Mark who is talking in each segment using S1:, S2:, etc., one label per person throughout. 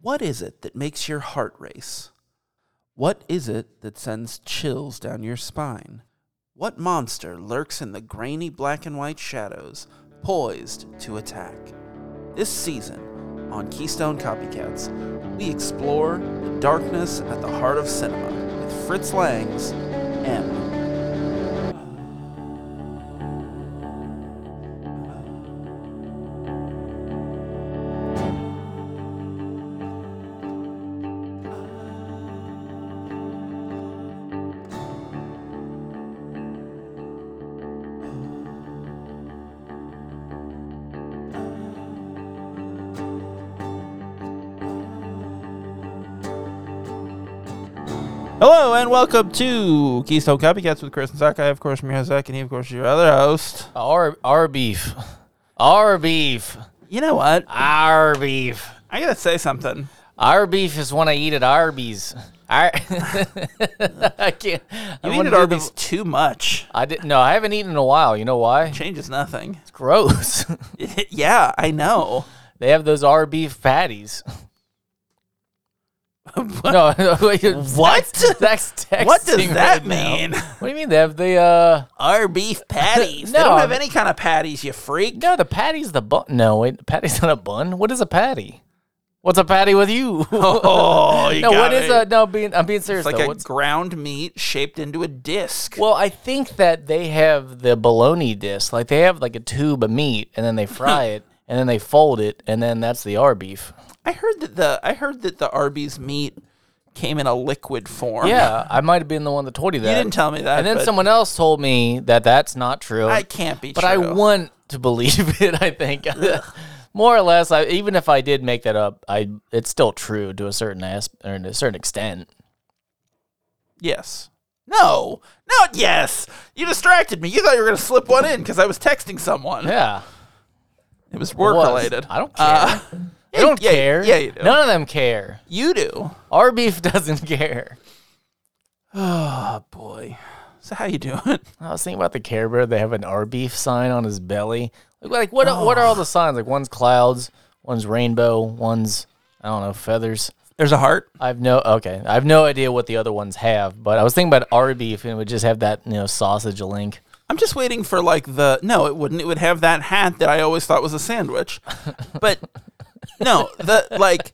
S1: What is it that makes your heart race? What is it that sends chills down your spine? What monster lurks in the grainy black and white shadows, poised to attack? This season, on Keystone Copycats, we explore the darkness at the heart of cinema with Fritz Lang's M. Hello and welcome to Keystone Copycats with Chris and Zach. I, of course, am your host Zach, and he, of course, is your other host.
S2: Our our beef. Our beef.
S1: You know what?
S2: Our beef.
S1: I gotta say something.
S2: Our beef is when I eat at Arby's. Ar- I can't.
S1: You
S2: I
S1: eat
S2: wanna
S1: at
S2: do
S1: Arby's
S2: The,
S1: too much.
S2: I didn't. No, I haven't eaten in a while. You know why?
S1: Changes nothing.
S2: It's gross.
S1: yeah, I know.
S2: they have those our beef patties. no,
S1: What?
S2: what? That's texting
S1: What does
S2: right
S1: that
S2: now.
S1: mean?
S2: What do you mean they have the uh?
S1: Our beef patties. they
S2: No,
S1: don't have
S2: I'm-
S1: any kind of patties, you freak.
S2: No, the patty's the bun. No, wait, the patty's not a bun. What is a patty? What's a patty with you?
S1: Oh, you
S2: no,
S1: got
S2: what is
S1: me.
S2: a no? Being I'm being serious
S1: It's like
S2: though.
S1: a
S2: What's-
S1: ground meat shaped into a disc.
S2: Well, I think that they have the bologna disc. Like they have like a tube of meat, and then they fry it, and then they fold it, and then that's the R beef.
S1: I heard that the I heard that the Arby's meat came in a liquid form.
S2: Yeah, I might have been the one that told you that.
S1: you didn't tell me that.
S2: And then
S1: but
S2: someone else told me that that's not true.
S1: I can't be.
S2: but
S1: true.
S2: I want to believe it. I think. More or less, I, even if I did make that up, I it's still true to a certain as, or to a certain extent.
S1: Yes. No. Not yes. You distracted me. You thought you were going to slip one in because I was texting someone.
S2: Yeah,
S1: It was work
S2: was.
S1: related.
S2: I don't care.
S1: yeah,
S2: I don't
S1: Uh, yeah,
S2: care.
S1: Yeah, you do.
S2: None of them care.
S1: You do.
S2: Our beef doesn't care.
S1: Oh boy. So how you doing?
S2: I was thinking about the Care Bear. They have an R beef sign on his belly. Like, like, what?
S1: Oh.
S2: What are all the signs? Like one's clouds, one's rainbow, one's I don't know feathers.
S1: There's a heart.
S2: I've no okay. I've no idea what the other ones have. But I was thinking about R beef and it would just have that you know sausage link.
S1: I'm just waiting for like the no, it wouldn't. It would have that hat that I always thought was a sandwich. But no, the like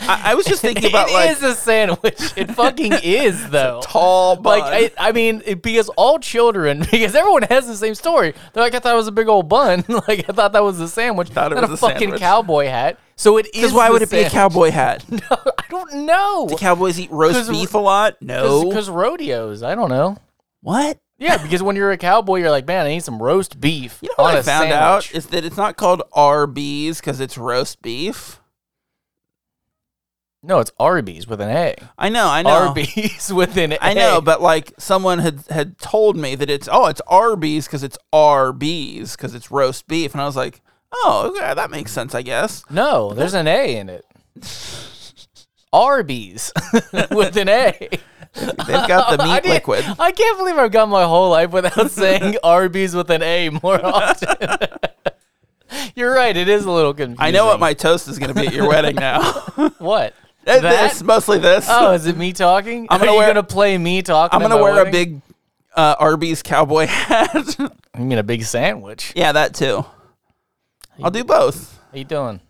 S1: I, I was just thinking about
S2: It
S1: like
S2: is a sandwich. It fucking is though.
S1: tall bun.
S2: Like I, I mean, it, because all children, because everyone has the same story. They're like, I thought it was a big old bun. like I thought that was a sandwich.
S1: Thought it was
S2: not
S1: a
S2: a fucking
S1: sandwich.
S2: cowboy hat. So it is.
S1: because why
S2: the
S1: would it be a
S2: sandwich.
S1: cowboy hat?
S2: I don't know.
S1: The cowboys eat roast
S2: 'Cause-
S1: beef a lot. No.
S2: Because rodeos, I don't know.
S1: what?
S2: Yeah, because when you're a cowboy, you're like, man, I need some roast beef.
S1: You know what
S2: on
S1: I
S2: a
S1: found
S2: sandwich."
S1: out is that it's not called RBs because it's roast beef.
S2: No, it's Arby's with an A.
S1: I know, I know,
S2: Arby's with an A.
S1: I know, but like someone had had told me that it's oh, it's Arby's because it's RBs because it's roast beef, and I was like, oh, okay, that makes sense, I guess.
S2: no, there's an A in it. Arby's with an A.
S1: They've got the
S2: I
S1: meat
S2: did-
S1: liquid.
S2: I can't believe I've gone my whole life without saying Arby's with an A more often. You're right. It is a little confusing.
S1: I know what my toast is going to be at your wedding now.
S2: what
S1: Eh,
S2: That?
S1: this mostly this.
S2: Oh, is it me talking?
S1: I'm gonna
S2: Are you
S1: wear-
S2: gonna play me talking?
S1: I'm
S2: at
S1: going to
S2: my
S1: wear a
S2: wedding?
S1: big uh, Arby's cowboy hat.
S2: You mean a big sandwich?
S1: yeah, that too. I'll do both.
S2: How you doing?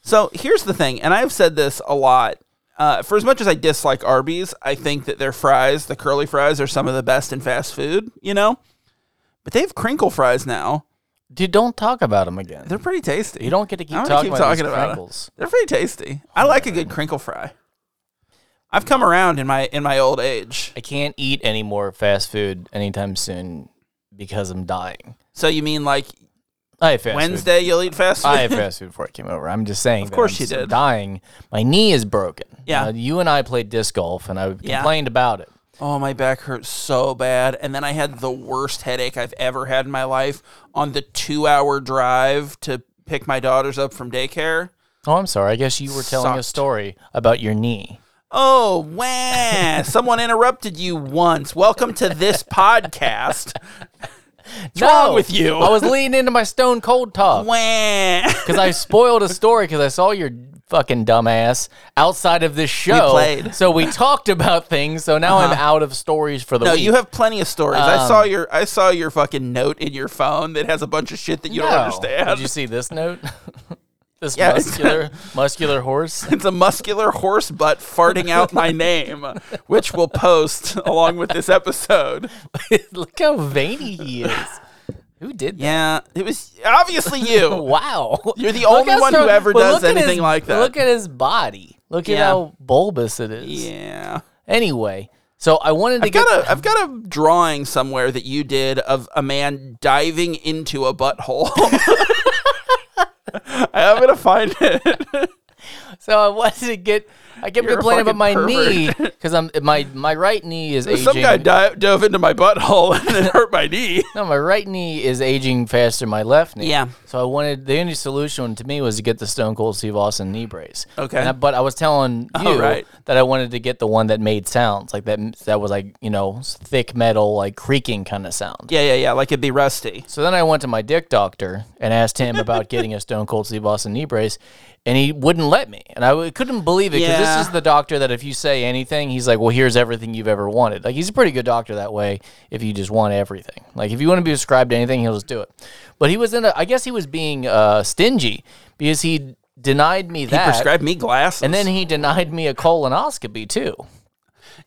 S1: So here's the thing, and I've said this a lot. Uh, for as much as I dislike Arby's, I think that their fries, the curly fries, are some of the best in fast food, you know? But they have crinkle fries now.
S2: Dude, don't talk about them again.
S1: They're pretty tasty.
S2: you don't get to keep
S1: I'm gonna
S2: talking
S1: keep
S2: about
S1: talking
S2: these
S1: about it.
S2: crinkles.
S1: They're pretty tasty. I like a good crinkle fry. I've come around in my in my old age.
S2: I can't eat any more fast food anytime soon because I'm dying.
S1: So you mean like
S2: I had fast food.
S1: Wednesday you'll eat fast food?
S2: I had fast food before I came over. I'm just saying. Of
S1: course
S2: I'm
S1: you
S2: so
S1: did.
S2: Dying. My knee is broken.
S1: Yeah.
S2: Now, you and I played disc golf, and I
S1: Yeah.
S2: complained about it.
S1: Oh, my back hurts so bad. And then I had the worst headache I've ever had in my life on the two hour drive to pick my daughters up from daycare.
S2: Oh, I'm sorry. I guess you were telling a
S1: Sucked.
S2: story about your knee.
S1: Oh, wow. Someone interrupted you once. Welcome to this podcast. What's wrong with you?
S2: I was leaning into my stone cold talk
S1: Wah.
S2: because I spoiled a story because I saw your fucking dumbass outside of this show.
S1: played. Uh-huh.
S2: So we talked about things. So now I'm out of stories for the
S1: No,
S2: week.
S1: you have plenty of stories. I
S2: Um,
S1: saw your I saw your fucking note in your phone that has a bunch of shit that you don't
S2: No.
S1: understand.
S2: Did you see this note? this
S1: Yeah, it's-
S2: muscular muscular horse.
S1: it's a muscular horse butt farting out my name, which we'll post along with this episode.
S2: Look how veiny he is. Who did that?
S1: Yeah, it was obviously you.
S2: Wow.
S1: You're the
S2: Look
S1: only
S2: how
S1: one who
S2: strong-
S1: ever
S2: but
S1: does
S2: look at his-
S1: anything like that.
S2: Look at his body. Look at
S1: Yeah.
S2: how bulbous it is.
S1: Yeah.
S2: Anyway, so I wanted to
S1: I've
S2: get
S1: got a I've got a drawing somewhere that you did of a man diving into a butthole. I'm gonna find it.
S2: so I wanted to get I kept
S1: You're a
S2: complaining about my
S1: fucking
S2: knee because I'm my my right knee is aging.
S1: Some guy di- dove into my butthole and it hurt my knee.
S2: No, my right knee is aging faster than my left knee.
S1: Yeah.
S2: So I wanted the only solution to me was to get the Stone Cold Steve Austin knee brace.
S1: Okay. Oh,
S2: And I- but I was telling you
S1: right.
S2: that I wanted to get the one that made sounds like that. That was like you know thick metal like creaking kind of sound.
S1: Yeah, yeah, yeah. Like it'd be rusty.
S2: So then I went to my dick doctor and asked him about getting a Stone Cold Steve Austin knee brace, and he wouldn't let me. And I w- couldn't believe it because
S1: Yeah.
S2: this is the doctor that if you say anything, he's like, "Well, here's everything you've ever wanted." Like he's a pretty good doctor that way. If you just want everything, like if you want to be prescribed anything, he'll just do it. But he was in a. I guess he was being uh, stingy because he denied me that,
S1: Prescribe me glasses.
S2: and then he denied me a colonoscopy too.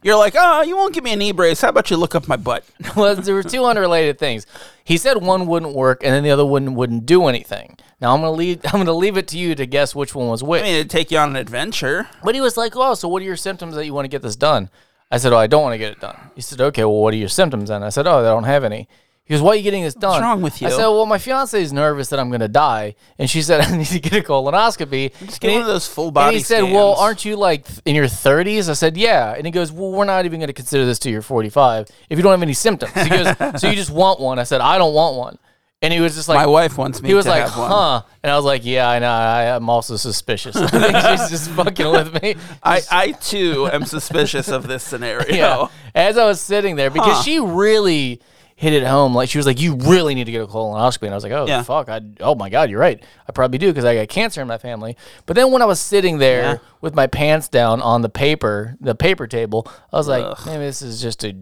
S1: you're like, oh, you won't give me a knee brace. How about you look up my butt?
S2: well, there were two unrelated things. He said one wouldn't work, and then the other one wouldn't do anything. Now I'm gonna leave. I'm gonna leave it to you to guess which one was which.
S1: I mean, it'd take you on an adventure.
S2: But he was like, "Oh, so what are your symptoms that you want to get this done?" I said, "Oh, I don't want to get it done." He said, "Okay, well, what are your symptoms?" then? I said, "Oh, I don't have any." He goes, "Why are you getting this done?"
S1: wrong with
S2: I
S1: you?
S2: said, "Well, my fiance is nervous that I'm gonna die, and she said I need to get a colonoscopy."
S1: Just get
S2: And
S1: one
S2: he-
S1: of those full body
S2: and he said, "Well,
S1: scans.
S2: aren't you like th- in your 30s?" I said, "Yeah." And he goes, "Well, we're not even going to consider this till you're 45 if you don't have any symptoms." He goes, "So you just want one?" I said, "I don't want one." And he was just like,
S1: My wife wants me
S2: He was
S1: to
S2: like,
S1: have one.
S2: "Huh?" And I was like, "Yeah, I know. I, am also suspicious. I think she's just fucking with me."
S1: I, I too am suspicious of this scenario.
S2: yeah. As I was sitting there, because
S1: Huh.
S2: she really hit it home. Like she was like, "You really need to get a colonoscopy," and I was like, "Oh
S1: Yeah.
S2: fuck! I oh my god, you're right. I probably do because I got cancer in my family." But then when I was sitting there
S1: Yeah.
S2: with my pants down on the paper, the paper table, I was like, "Maybe this is just a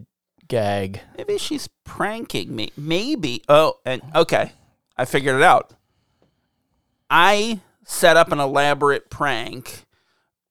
S2: gag."
S1: Maybe she's pranking me. Maybe. Oh, and okay. I figured it out. I set up an elaborate prank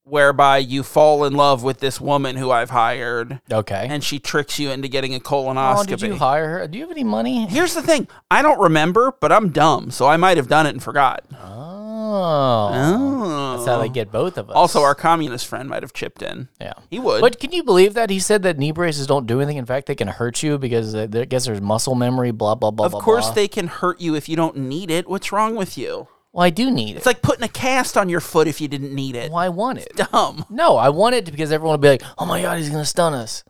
S1: whereby you fall in love with this woman who I've hired
S2: Okay.
S1: and she tricks you into getting a
S2: How
S1: colonoscopy.
S2: did you hire her? Do you have any money?
S1: Here's the thing. I don't remember, but I'm dumb, so I might have done it and forgot.
S2: Oh,
S1: Oh.
S2: that's how they get both of us.
S1: Also, our communist friend might have chipped in.
S2: yeah.
S1: He would.
S2: But can you believe that he said that knee braces don't do anything? In fact, they can hurt you because they, they- I guess there's muscle memory. Blah blah blah.
S1: of
S2: blah,
S1: course,
S2: blah.
S1: they can hurt you if you don't need it. What's wrong with you?
S2: Well, I do need
S1: It's
S2: it.
S1: like putting a cast on your foot if you didn't need it.
S2: Well, I want it.
S1: Dumb.
S2: No, I want it because everyone would be like, "Oh my god, he's gonna stun us."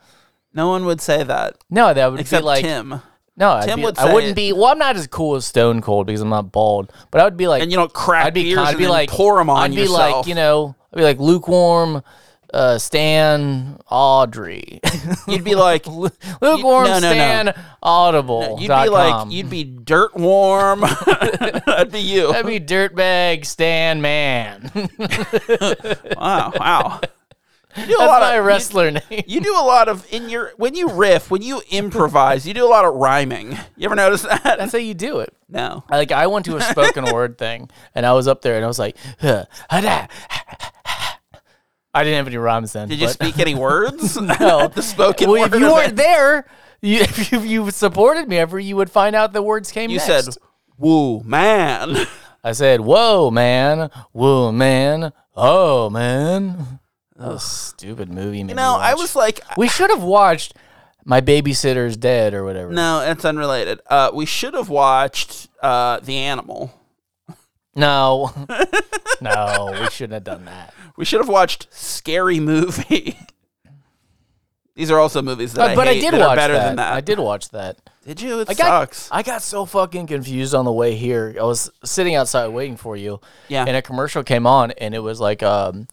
S1: No one would say that
S2: No, that would
S1: except
S2: be like,
S1: Tim.
S2: no, I'd
S1: Tim
S2: be,
S1: would
S2: I
S1: say
S2: wouldn't
S1: it.
S2: be. Well, I'm not as cool as Stone Cold because I'm not bald, but I would be like,
S1: And you don't crack
S2: I'd be,
S1: beers
S2: I'd
S1: and
S2: be
S1: then
S2: like,
S1: pour 'em on
S2: I'd be
S1: yourself.
S2: like, you know, I'd be like lukewarm, uh, Stan, Audrey,
S1: You'd be like, you'd
S2: lukewarm,
S1: no, no, no.
S2: Stan, Audible.
S1: be
S2: dot
S1: like,
S2: com.
S1: you'd be dirt warm. That'd be you.
S2: I'd be dirtbag Stan Man. That's
S1: Wow, wow. You do a lot
S2: my
S1: of you,
S2: wrestler name.
S1: you do a lot of in your when you riff, when you improvise, you do a lot of rhyming. You ever notice that?
S2: That's how you do it.
S1: No.
S2: I- like I went to a spoken word thing, and I was up there, and I was like, huh, hada, I didn't have any rhymes then.
S1: Did you
S2: but-
S1: speak any words? No. the spoken
S2: well,
S1: word.
S2: if you
S1: event?
S2: weren't there, you, if you, you supported me ever, you would find out the words came.
S1: you
S2: next.
S1: said, "Woo, man."
S2: I said, "Whoa, man! Whoa, man! Oh, man!" That was a stupid movie. You
S1: No, I was like,
S2: We should have watched "My Babysitter's Dead" or whatever.
S1: no, that's unrelated. Uh, we should have watched uh, The Animal.
S2: No, no, we shouldn't have done that.
S1: We should have watched Scary Movie. These are also movies that
S2: Uh,
S1: I
S2: but
S1: hate
S2: I did
S1: that are
S2: watch
S1: better
S2: that.
S1: than that.
S2: I did watch that.
S1: Did you? It
S2: I got,
S1: sucks.
S2: I got so fucking confused on the way here. I was sitting outside waiting for you.
S1: Yeah.
S2: And a commercial came on and it was like um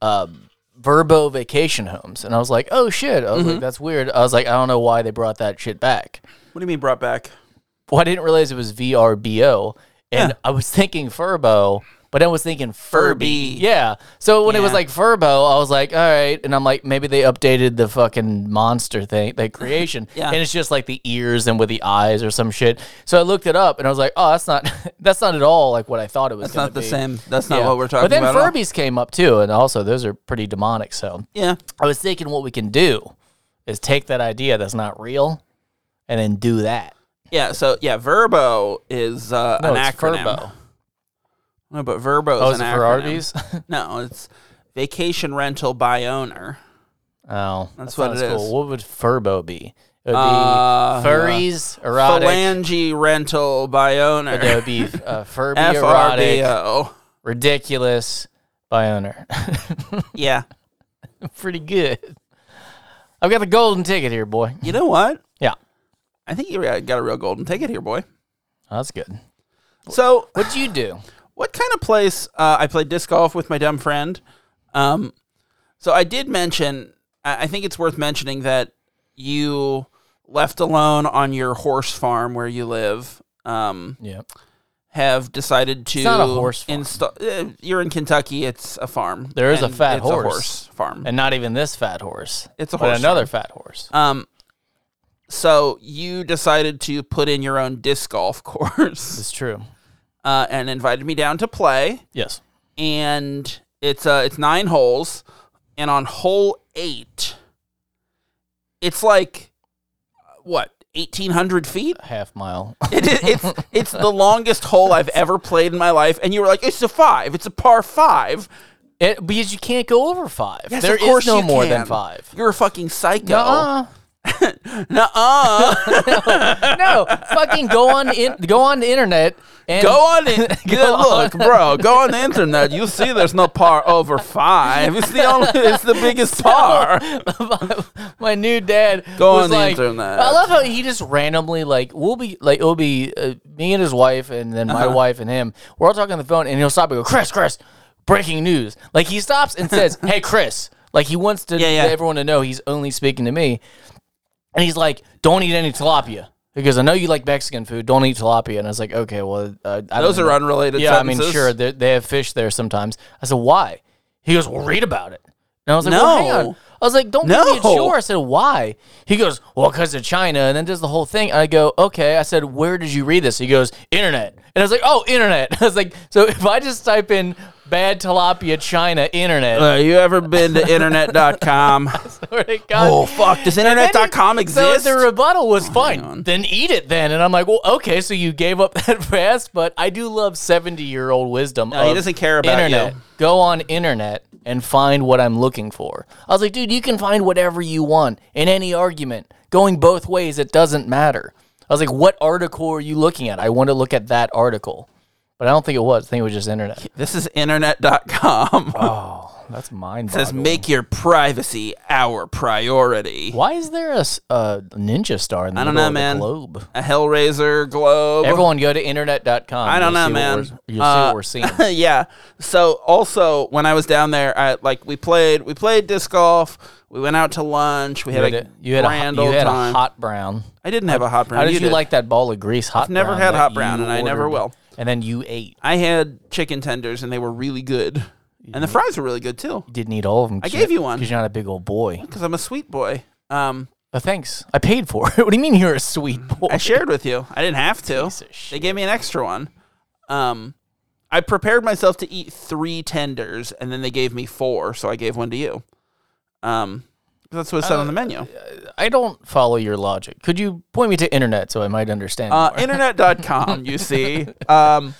S2: um Verbo Vacation Homes. And I was like, oh shit. I was like, that's weird. I was like, I don't know why they brought that shit back.
S1: what do you mean brought back?
S2: Well, I didn't realize it was VRBO. And I was thinking Furbo But I was thinking Furby.
S1: Furby.
S2: Yeah. So when it was
S1: Yeah.
S2: like Furbo, I was like, all right. And I'm like, maybe they updated the fucking monster thing, the creation.
S1: Yeah.
S2: And it's just like the ears and with the eyes or some shit. So I looked it up and I was like, oh, that's not that's not at all like what I thought it was.
S1: That's not the
S2: be.
S1: same. That's not
S2: Yeah.
S1: what we're talking
S2: But then
S1: about. at all.
S2: Furbies came up too, and also those are pretty demonic. So
S1: Yeah.
S2: I was thinking what we can do is take that idea that's not real and then do that.
S1: Yeah. So yeah, Verbo is uh,
S2: No,
S1: an
S2: it's
S1: acronym.
S2: Furbo.
S1: No, but Verbo
S2: Oh,
S1: is
S2: is it
S1: an
S2: for
S1: acronym.
S2: Arby's? oh,
S1: No, it's vacation rental by owner.
S2: that's
S1: what
S2: not
S1: it
S2: as
S1: is.
S2: What would Furbo be? It would be
S1: Uh,
S2: furries, erotic.
S1: Phalange rental by owner.
S2: That would be uh, Furby, erotic,
S1: FRBO.
S2: ridiculous, by owner.
S1: Yeah.
S2: Pretty good. I've got the golden ticket here, boy.
S1: You know what?
S2: Yeah,
S1: I think you got a real golden ticket here, boy.
S2: Oh, that's good.
S1: So,
S2: What'd you do?
S1: what kind of place? Uh, I played disc golf with my dumb friend. Um, so I did mention. I I think it's worth mentioning that you left alone on your horse farm where you live. Um,
S2: Yeah.
S1: have decided to
S2: not a horse farm.
S1: insta- uh, you're in Kentucky. It's a farm.
S2: There is a
S1: and
S2: fat
S1: it's
S2: horse.
S1: farm.
S2: And not even this fat horse.
S1: It's a
S2: but
S1: horse
S2: another fat horse.
S1: um, so you decided to put in your own disc golf course
S2: It's true.
S1: uh, and invited me down to play.
S2: Yes.
S1: and it's uh it's nine holes, and on hole eight, it's like uh, what eighteen hundred feet.
S2: Half mile.
S1: It is, it's it's the longest hole I've ever played in my life, and you were like, it's a five, it's a par five.
S2: It, because you can't go over five. There
S1: Yes,
S2: is
S1: of course
S2: no
S1: you
S2: more than
S1: can.
S2: five.
S1: You're a fucking psycho.
S2: Nuh-uh.
S1: Nuh-uh.
S2: no, fucking go on in, go on the internet and
S1: go on in. Good
S2: on.
S1: look, bro. Go on the internet. You see, there's no par over five. It's the only. It's the biggest par.
S2: my new dad
S1: Go
S2: was
S1: on the
S2: like,
S1: internet.
S2: I love how he just randomly like we'll be like it'll be uh, me and his wife and then my
S1: Uh-huh.
S2: wife and him. We're all talking on the phone and he'll stop and go, Chris, Chris, breaking news. Like he stops and says, Hey, Chris. Like he wants to
S1: yeah.
S2: everyone to know he's only speaking to me. And he's like, Don't eat any tilapia. Because I know you like Mexican food. Don't eat tilapia. And I was like, Okay, well, uh, I
S1: Those
S2: don't
S1: are
S2: know."
S1: unrelated.
S2: Yeah, I mean,
S1: sentences.
S2: sure, they, they have fish there sometimes. I said, why? He goes, well, read about it. And I was like, no. well, hang
S1: No.
S2: on. I was like, don't give me a
S1: No.
S2: chore. I said, why? He goes, well, because of China. And then does the whole thing. I go, okay. I said, where did you read this? He goes, internet. And I was like, oh, internet. I was like, so if I just type in bad tilapia China internet,
S1: Uh, you ever been to internet.com?
S2: swear to God.
S1: oh, fuck. Does
S2: And then
S1: internet.com
S2: he- so
S1: exist?
S2: the rebuttal
S1: Oh,
S2: was fine. Then eat it then. And I'm like, well, okay, so you gave up that fast, but I do love 70 year old wisdom.
S1: he
S2: of
S1: doesn't care about
S2: internet.
S1: you.
S2: Go on internet and find what I'm looking for. I was like, dude, you can find whatever you want in any argument. Going both ways, it doesn't matter. I was like, what article are you looking at? I want to look at that article. But I don't think it was. I think it was just internet.
S1: this is internet.com.
S2: Oh, that's mind
S1: It says
S2: boggling.
S1: make your privacy our priority.
S2: Why is there a, s- a ninja star in the
S1: I don't
S2: middle
S1: know,
S2: of the
S1: man.
S2: globe?
S1: A Hellraiser globe.
S2: Everyone go to internet.com.
S1: I don't
S2: You'll
S1: know,
S2: see what
S1: man.
S2: we're- You'll see
S1: Uh,
S2: what we're seeing.
S1: yeah. So also when I was down there, I like we played we played disc golf. We went out to lunch. We
S2: You
S1: had,
S2: had,
S1: a
S2: a, you had, a,
S1: grand
S2: hot- you
S1: old
S2: had a
S1: time.
S2: hot brown.
S1: I didn't have a hot brown.
S2: How did you,
S1: did.
S2: like that ball of grease hot
S1: never
S2: brown
S1: had
S2: that
S1: hot brown,
S2: you
S1: and I never
S2: ordered?
S1: will.
S2: And then you ate.
S1: I had chicken tenders and they were really good. And the fries were really good too.
S2: You didn't eat all of them. I
S1: gave you one.
S2: Because you're not a big old boy.
S1: Because I'm a sweet boy. Um,
S2: Uh, thanks. I paid for it. what do you mean you're a sweet boy?
S1: I shared with you. I didn't have to.
S2: Piece of
S1: They
S2: shit.
S1: gave me an extra one. Um, I prepared myself to eat three tenders, and then they gave me four, so I gave one to you. Um, that's what it said on the
S2: Uh,
S1: menu.
S2: I don't follow your logic. Could you point me to internet so I might understand?
S1: Uh,
S2: more?
S1: internet.com, you see. Um,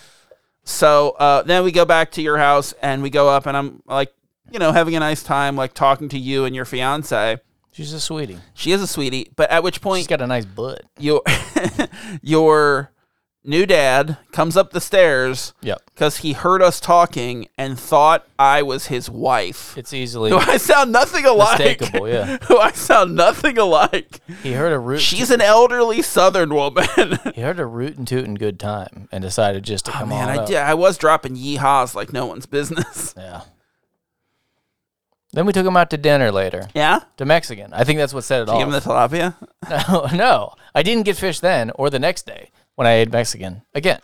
S1: so uh, then we go back to your house, and we go up, and I'm like, you know, having a nice time, like talking to you and your fiance.
S2: She's a sweetie.
S1: She is a sweetie, but at which point
S2: She's got a nice butt.
S1: your your new dad comes up the stairs.
S2: Yep.
S1: because he heard us talking and thought I was his wife.
S2: It's easily
S1: Who I sound nothing alike.
S2: mistakeable, yeah.
S1: Who I sound nothing alike.
S2: He heard a root.
S1: She's an elderly Southern woman.
S2: He heard a root and toot and good time and decided just to come
S1: Ah, Man,
S2: on
S1: I
S2: up.
S1: did, I was dropping yeehaws like no one's business.
S2: Yeah. Then we took him out to dinner later
S1: Yeah,
S2: to Mexican. I think that's what set it
S1: give him the
S2: off.
S1: tilapia.
S2: no, no, I didn't get fish then or the next day when I ate Mexican again.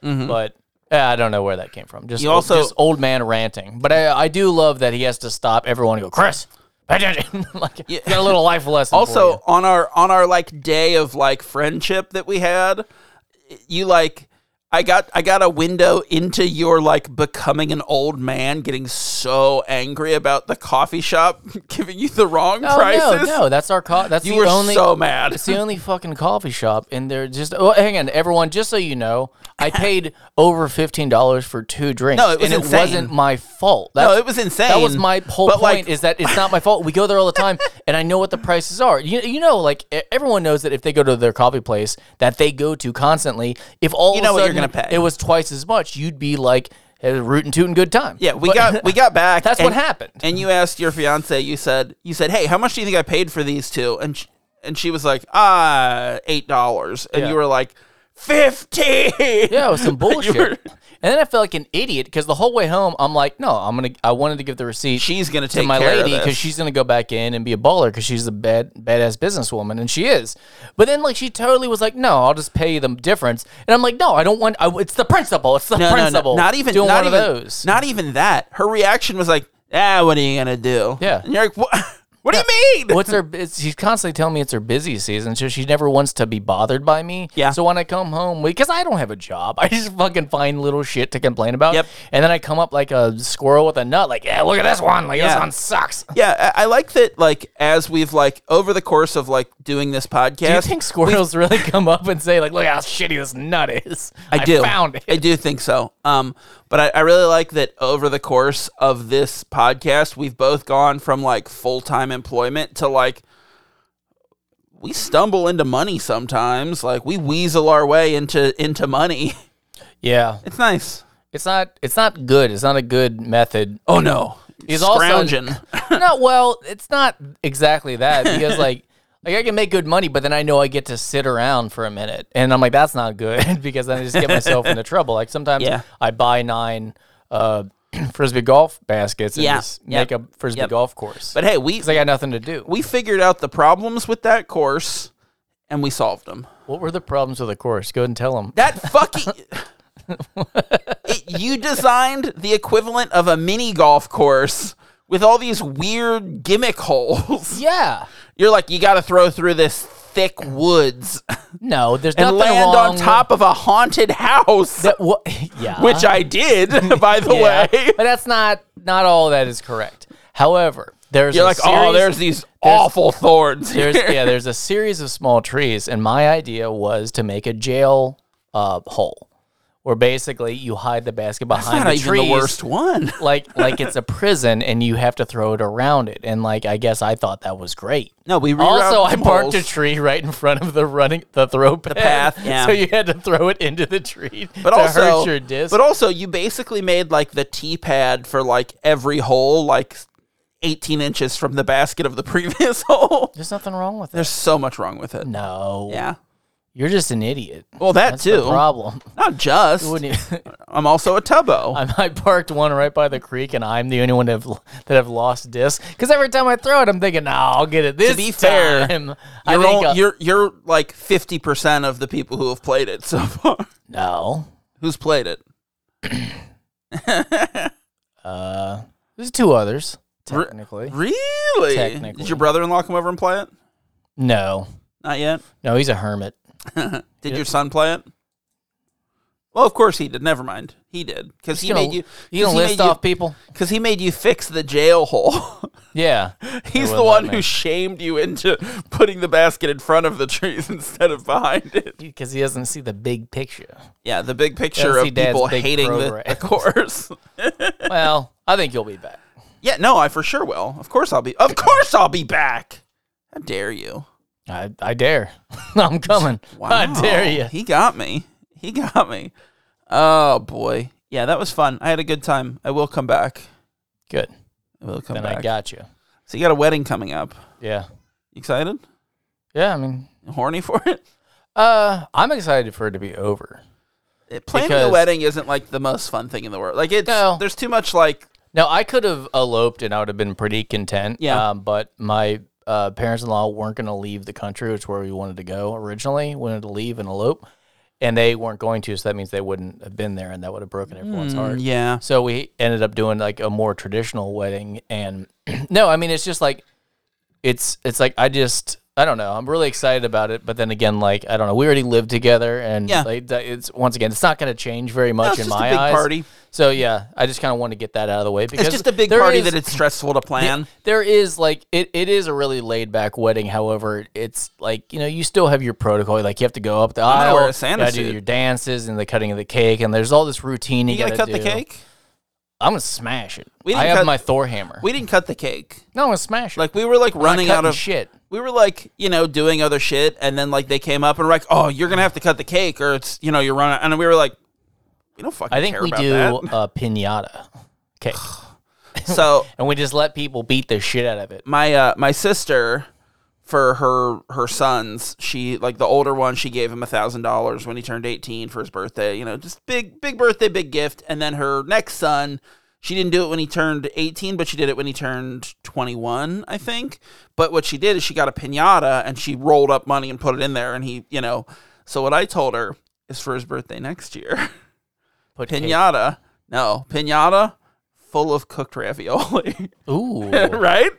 S2: But Yeah, I don't know where that came from. Just,
S1: Mm-hmm. You also-
S2: just old man ranting. But I, I do love that he has to stop everyone and go, Chris, pay attention. like,
S1: Yeah.
S2: got a little life lesson. for you.
S1: also on our on our like day of like friendship that we had you like i got i got a window into your like becoming an old man getting so angry about the coffee shop giving you the wrong
S2: Oh,
S1: prices
S2: No, no, that's our co- that's
S1: you
S2: the
S1: were
S2: only
S1: so mad
S2: it's the only fucking coffee shop and they're just oh hang on, everyone, just so you know, I paid over fifteen dollars for two drinks.
S1: No, it was
S2: and
S1: insane.
S2: it wasn't my fault.
S1: no
S2: That's-
S1: it was insane
S2: That was my whole
S1: But,
S2: point
S1: like-
S2: is that it's not my fault. We go there all the time and I know what the prices are. You, you know, like e- everyone knows that if they go to their coffee place that they go to constantly, if all
S1: You
S2: of
S1: know
S2: a
S1: what you're
S2: sudden
S1: gonna pay.
S2: it was twice as much, you'd be like hey, rootin' tootin' good time.
S1: yeah we
S2: But-
S1: got we got back
S2: That's
S1: and-
S2: what happened.
S1: and you asked your fiance you said you said hey how much do you think i paid for these two and sh- and she was like ah eight dollars and
S2: Yeah.
S1: you were like 15
S2: Yeah, it was some bullshit.
S1: were-
S2: and then I felt like an idiot because the whole way home, I'm like, no, I'm gonna. I wanted to give the receipt.
S1: she's gonna
S2: to
S1: take
S2: my
S1: care of
S2: lady
S1: this.
S2: because she's gonna go back in and be a baller because she's a bad badass businesswoman and she is. But then like she totally was like, no, I'll just pay you the difference. And I'm like, no, I don't want. I, it's the principle. It's the
S1: no, no,
S2: principle.
S1: no, not even
S2: doing
S1: not
S2: one
S1: even,
S2: of those.
S1: Not even that. Her reaction was like, "Ah, what are you gonna do?"
S2: Yeah.
S1: and you're like, "What? What do you mean?"
S2: What's her? It's, she's constantly telling me it's her busy season, so she never wants to be bothered by me.
S1: Yeah.
S2: So when I come home, because I don't have a job, I just fucking find little shit to complain about.
S1: Yep.
S2: And then I come up like a squirrel with a nut. Like, yeah, look at this one. Like
S1: Yeah.
S2: this one sucks.
S1: Yeah, I, I like that. Like as we've like over the course of like doing this podcast,
S2: Do you think squirrels really come up and say like, look how shitty this nut is?
S1: I do
S2: found it.
S1: I do think so. Um, but I, I really like that over the course of this podcast, we've both gone from like full time employment to like we stumble into money sometimes. Like we weasel our way into into money.
S2: Yeah.
S1: It's nice.
S2: It's not. It's not good. It's not a good method.
S1: Oh no,
S2: He's also-
S1: scrounging.
S2: no, well, it's not exactly that because like like I can make good money, but then I know I get to sit around for a minute, and I'm like, that's not good because then I just get myself into trouble. Like sometimes
S1: Yeah.
S2: I buy nine uh, frisbee golf baskets and
S1: Yeah,
S2: just
S1: yep,
S2: make a frisbee
S1: yep.
S2: golf course. But
S1: But hey, we
S2: I got nothing to do.
S1: we figured out the problems with that course, and we solved them.
S2: what were the problems with the course? Go ahead and tell them.
S1: That fucking. It- you designed the equivalent of a mini golf course with all these weird gimmick holes.
S2: Yeah.
S1: You're like, you got to throw through this thick woods
S2: No, there's
S1: and
S2: nothing
S1: land
S2: wrong
S1: on top of a haunted house,
S2: That, wha- yeah.
S1: which I did, by the
S2: uh, Yeah.
S1: way.
S2: but that's not not all that is correct. However, there's
S1: You're
S2: a
S1: like, oh,
S2: series-
S1: there's these awful thorns here.
S2: there's yeah, there's a series of small trees, and my idea was to make a jail uh, hole, where basically you hide the basket behind
S1: Not
S2: the
S1: even
S2: trees,
S1: the worst one.
S2: like like it's a prison, and you have to throw it around it. And like I guess I thought that was great.
S1: No, we rerouted
S2: Also, I
S1: some
S2: parked a
S1: holes.
S2: tree right in front of the running the throw path,
S1: path, yeah.
S2: so you had to throw it into the tree
S1: but
S2: to
S1: also,
S2: hurt your disc.
S1: But also, you basically made like the tee pad for like every hole like 18 inches from the basket of the previous hole.
S2: There's nothing wrong with it.
S1: There's so much wrong with it.
S2: No,
S1: Yeah.
S2: you're just an idiot.
S1: Well, that
S2: That's
S1: too.
S2: the problem.
S1: Not just.
S2: Wouldn't you?
S1: I'm also a tubbo.
S2: I'm, I parked one right by the creek, and I'm the only one that have, that have lost disc. Because every time I throw it, I'm thinking, "No, I'll get it this
S1: be fair,
S2: time." Fair, I
S1: you're,
S2: think uh,
S1: all-
S2: I'll-
S1: you're you're like 50% of the people who have played it so far.
S2: no.
S1: Who's played it?
S2: Uh, there's two others
S1: Re-
S2: technically.
S1: Really?
S2: Technically.
S1: Did your brother-in-law come over and play it?
S2: no,
S1: Not yet.
S2: no, he's a hermit.
S1: Did your son play it? Well, of course he did. Never mind. He did because he
S2: gonna-
S1: made you.
S2: You
S1: 'cause
S2: gonna
S1: he
S2: list
S1: made you-
S2: off people?
S1: Because he made you fix the jail hole.
S2: Yeah,
S1: He's
S2: wouldn't
S1: the one
S2: let
S1: who
S2: me.
S1: shamed you into putting the basket in front of the trees instead of behind it.
S2: because he doesn't see the big picture.
S1: Yeah, the big picture
S2: Doesn't
S1: of
S2: see Dad's
S1: people
S2: big
S1: hating the,
S2: programs.
S1: the course.
S2: well, I think you'll be back.
S1: yeah, no, I for sure will. Of course I'll be. Of course I'll be back. How dare you?
S2: I, I dare. I'm coming. I dare you.
S1: He got me. He got me. Oh boy. Yeah, that was fun. I had a good time. I will come back.
S2: Good.
S1: I will come
S2: Then
S1: back.
S2: I got you.
S1: so you got a wedding coming up.
S2: Yeah.
S1: You excited?
S2: Yeah. I mean,
S1: You Horny for it?
S2: uh, I'm excited for it to be over.
S1: It- planning a
S2: Because-
S1: wedding isn't like the most fun thing in the world. Like it's
S2: No.
S1: there's too much like
S2: Now I could have eloped and I would have been pretty content.
S1: Yeah.
S2: Um, but my uh, parents in law weren't going to leave the country, which is where we wanted to go originally. Wanted to leave and elope, and they weren't going to, so that means they wouldn't have been there, and that would have broken everyone's heart.
S1: Yeah.
S2: So we ended up doing like a more traditional wedding, and no, I mean it's just like it's it's like I just I don't know. I'm really excited about it, but then again, like I don't know. We already lived together, and
S1: Yeah.
S2: like, that- it's once again, it's not going to change very much
S1: it's
S2: in
S1: just a
S2: my
S1: big
S2: eyes.
S1: party.
S2: So yeah, I just kind of want to get that out of the way because
S1: It's just a big
S2: there
S1: party
S2: is-
S1: that it's stressful to plan.
S2: there is like it, it is a really laid back wedding. However, it's like you know you still have your protocol. Like you have to go up the
S1: gonna
S2: aisle,
S1: wear a Santa
S2: you gotta do
S1: suit.
S2: your dances and the cutting of the cake, and there's all this routine you,
S1: you gonna cut
S2: gotta
S1: the
S2: do.
S1: cake?
S2: I'm gonna smash it.
S1: We didn't
S2: I have
S1: cut-
S2: my Thor hammer.
S1: We didn't cut the cake.
S2: no, I'm gonna smash it.
S1: Like we were like
S2: I'm not
S1: running out
S2: cutting
S1: of
S2: shit.
S1: We were like, you know, doing other shit, and then like they came up and were like, "Oh, you're gonna have to cut the cake, or it's you know you're running." And we were like, "We don't fucking
S2: I think
S1: care
S2: we
S1: about
S2: do
S1: that."
S2: a pinata cake,
S1: so
S2: and we just let people beat the shit out of it.
S1: my uh, my sister for her her sons she like the older one she gave him a thousand dollars when he turned 18 for his birthday you know just big big birthday big gift and then her next son she didn't do it when he turned 18 but she did it when he turned 21 i think but what she did is she got a piñata and she rolled up money and put it in there and he you know so what i told her is for his birthday next year
S2: Put cake-
S1: piñata no piñata full of cooked ravioli
S2: Ooh.
S1: right?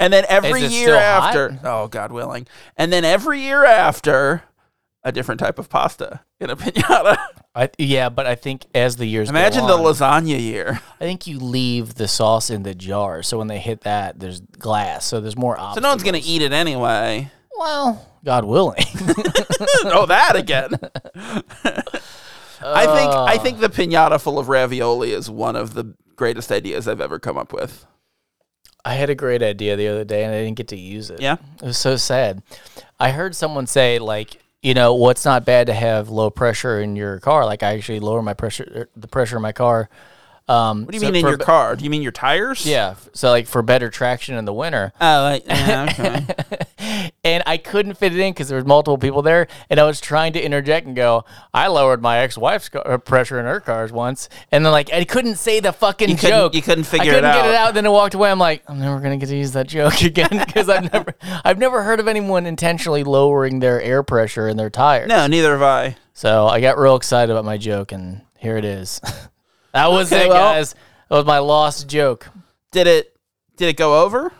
S1: And then every
S2: Is it
S1: year
S2: still hot?
S1: after, oh God willing, and then every year after, a different type of pasta in a pinata.
S2: I, yeah, but I think as the years go
S1: Imagine the
S2: on-
S1: lasagna year.
S2: I think you leave the sauce in the jar, so when they hit that, there's glass, so there's more
S1: So
S2: options.
S1: no one's gonna eat it anyway.
S2: well, God willing,
S1: oh, that again. I think I think the pinata full of ravioli is one of the greatest ideas I've ever come up with.
S2: I had a great idea the other day and I didn't get to use it.
S1: Yeah.
S2: it was so sad. I heard someone say like, you know, what's not bad to have low pressure in your car. Like I actually lower my pressure, er, the pressure in my car. Um,
S1: What do you mean in your car? Do you mean your tires?
S2: yeah, f- so like for better traction in the winter.
S1: Oh, okay.
S2: and I couldn't fit it in because there was multiple people there, and I was trying to interject and go, "I lowered my ex-wife's car, pressure in her cars once," and then like I couldn't say the fucking
S1: couldn't-
S2: joke.
S1: you couldn't figure
S2: I
S1: it
S2: couldn't get
S1: out.
S2: it out. Then I walked away. I'm like, I'm never gonna get to use that joke again because I've never, I've never heard of anyone intentionally lowering their air pressure in their tires.
S1: no, neither have I.
S2: So I got real excited about my joke, and here it is. that was
S1: Okay,
S2: it,
S1: well-
S2: guys. That was my lost joke.
S1: Did it? Did it go over?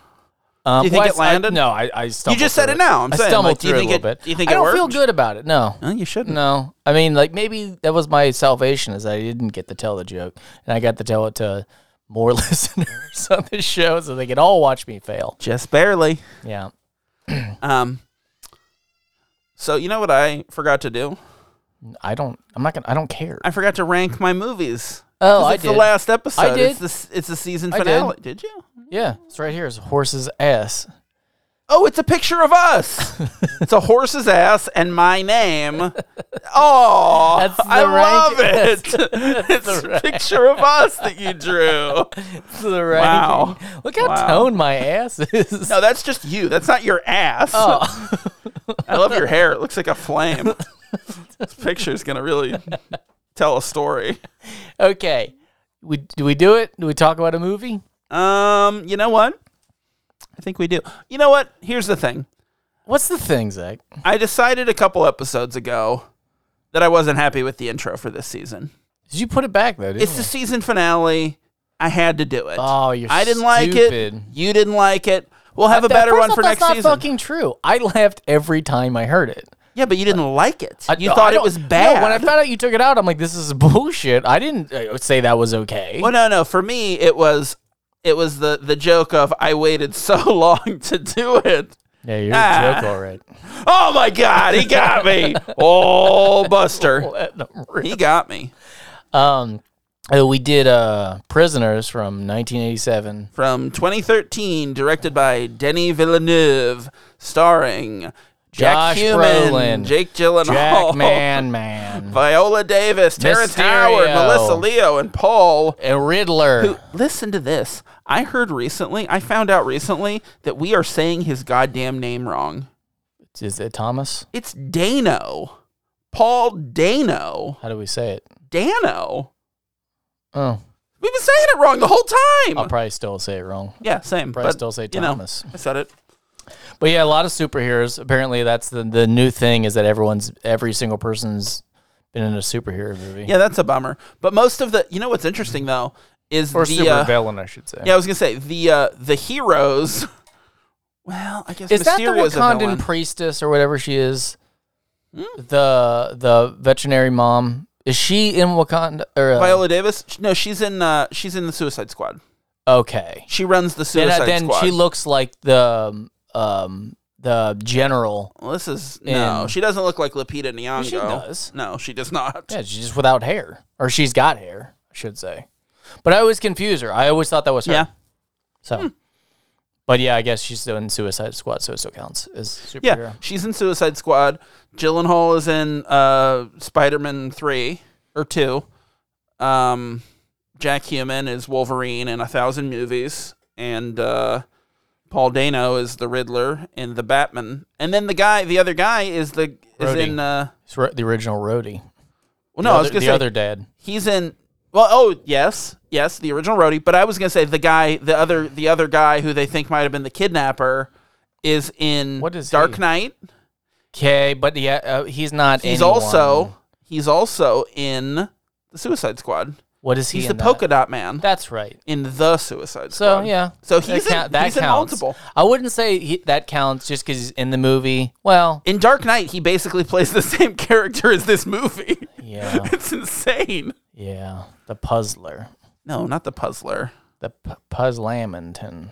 S2: Um,
S1: you think
S2: well,
S1: it
S2: I- I-
S1: landed?
S2: no, I, I stumbled.
S1: just said
S2: through
S1: it now, I'm
S2: I
S1: saying,
S2: stumbled
S1: like, do you
S2: through
S1: think
S2: a little
S1: it-
S2: bit.
S1: do you think
S2: I
S1: it
S2: don't feel
S1: worked?
S2: good about it. No,
S1: No, you shouldn't.
S2: no. I mean, like maybe that was my salvation is I didn't get to tell the joke, and I got to tell it to more listeners on this show, so they could all watch me fail.
S1: Just barely.
S2: Yeah.
S1: Um. So you know what I forgot to do?
S2: I don't. I'm not gonna. I don't care.
S1: I forgot to rank my movies.
S2: Oh,
S1: 'Cause
S2: I
S1: it's
S2: did.
S1: the last episode.
S2: I did.
S1: It's the s- it's the season
S2: I did.
S1: finale. did. you?
S2: yeah, it's right here. It's a horse's ass.
S1: Oh, it's a picture of us. it's a horse's ass and my name. Oh,
S2: That's the
S1: I
S2: rank-
S1: love it.
S2: that's-
S1: it's a picture of us that you drew.
S2: The right.
S1: Wow.
S2: Look how
S1: Wow.
S2: toned my ass is.
S1: No, that's just you. That's not your ass.
S2: Oh.
S1: I love your hair. It looks like a flame. this picture's gonna really tell a story.
S2: Okay. We do we do it? Do we talk about a movie?
S1: Um, you know what? I think we do. You know what? Here's the thing.
S2: What's the thing, Zach?
S1: I decided a couple episodes ago that I wasn't happy with the intro for this season.
S2: Did you put it back though? Didn't
S1: It's
S2: you?
S1: the season finale. I had to do it.
S2: Oh, you're
S1: I didn't like it.
S2: stupid.
S1: You didn't like it. We'll have a
S2: That-
S1: better
S2: first
S1: one
S2: off,
S1: for next
S2: that's not
S1: season.
S2: fucking true. I laughed every time I heard it.
S1: yeah, but you didn't like it.
S2: I-
S1: you
S2: no,
S1: thought
S2: I
S1: it
S2: don't-
S1: was
S2: no,
S1: bad.
S2: when I found out you took it out, I'm like, this is bullshit. I didn't uh, say that was okay.
S1: Well, no, no. For me, it was it was the the joke of I waited so long to do it.
S2: Yeah, you're
S1: Ah.
S2: a joke, all right.
S1: Oh my God, he got me! Oh, Buster,
S2: Platinum
S1: he
S2: rip.
S1: got me
S2: Um, uh, we did uh, Prisoners from 1987.
S1: from 2013, directed by Denny Villeneuve, starring Jack
S2: Josh
S1: Human,
S2: Brolin,
S1: Jake Gyllenhaal,
S2: Jack Man Man
S1: Viola Davis, Terrence Howard,
S2: Mysterio.
S1: Melissa Leo, and Paul.
S2: and Riddler.
S1: Listen to this. I heard recently. I found out recently that we are saying his goddamn name wrong.
S2: Is it Thomas?
S1: It's Dano. Paul Dano.
S2: How do we say it?
S1: Dano.
S2: Oh,
S1: We've been saying it wrong the whole
S2: I'll
S1: time.
S2: probably still say it wrong.
S1: yeah, same.
S2: Probably
S1: But,
S2: still say
S1: you know,
S2: Thomas.
S1: I said it.
S2: But yeah, a lot of superheroes. Apparently, that's the the new thing is that everyone's every single person's been in a superhero movie.
S1: Yeah, that's a bummer. But most of the, you know, what's interesting though is
S3: Or
S1: the
S3: super
S1: uh,
S3: villain, I should say.
S1: yeah, I was gonna say the uh, the heroes. Well, I guess
S2: Is that the
S1: Mysterio's a
S2: Wakandan
S1: villain. Hmm?
S2: priestess or whatever she is? The the veterinary mom is she in Wakanda or uh,
S1: Viola Davis? No, she's in uh, she's in the Suicide Squad.
S2: Okay,
S1: She runs the
S2: then, uh,
S1: Suicide
S2: then
S1: Squad.
S2: she looks like the um the general.
S1: Well, this is no.
S2: in-
S1: She doesn't look like Lupita Nyong'o.
S2: She does.
S1: No, she does not.
S2: Yeah, she's just without hair, or she's got hair, I should say. But I always confuse her. I always thought that was her.
S1: Yeah.
S2: So,
S1: Hmm.
S2: but yeah, I guess she's still in Suicide Squad, so it still counts as superhero.
S1: Yeah, she's in Suicide Squad. Gyllenhaal is in uh, Spider Man three or two. Um, Jack Human is Wolverine in a thousand movies, and uh, Paul Dano is the Riddler in the Batman. And then the guy, the other guy, is the is
S2: Rhodey.
S1: in. Uh,
S2: It's ro- the original Rhodey.
S1: well, no, Oh,
S2: the
S1: I was
S2: other,
S1: gonna
S2: the
S1: say
S2: other dad.
S1: he's in. Well, oh yes, yes, the original Rhodey. But I was gonna say the guy, the other, the other guy who they think might have been the kidnapper, is in
S2: What is
S1: Dark
S2: he?
S1: Knight.
S2: Okay, but yeah, uh, he's not.
S1: He's
S2: anyone.
S1: also he's also in the Suicide Squad.
S2: what is he?
S1: He's
S2: in
S1: the
S2: that?
S1: polka dot man
S2: That's right.
S1: in the Suicide
S2: So
S1: Squad.
S2: yeah,
S1: So he's
S2: count-
S1: in, he's in multiple.
S2: I wouldn't say he, that counts just because he's in the movie. Well,
S1: In Dark Knight, he basically plays the same character as this movie.
S2: yeah,
S1: it's insane.
S2: yeah, the puzzler,
S1: No, not the Puzzler.
S2: the p- puzzlamington.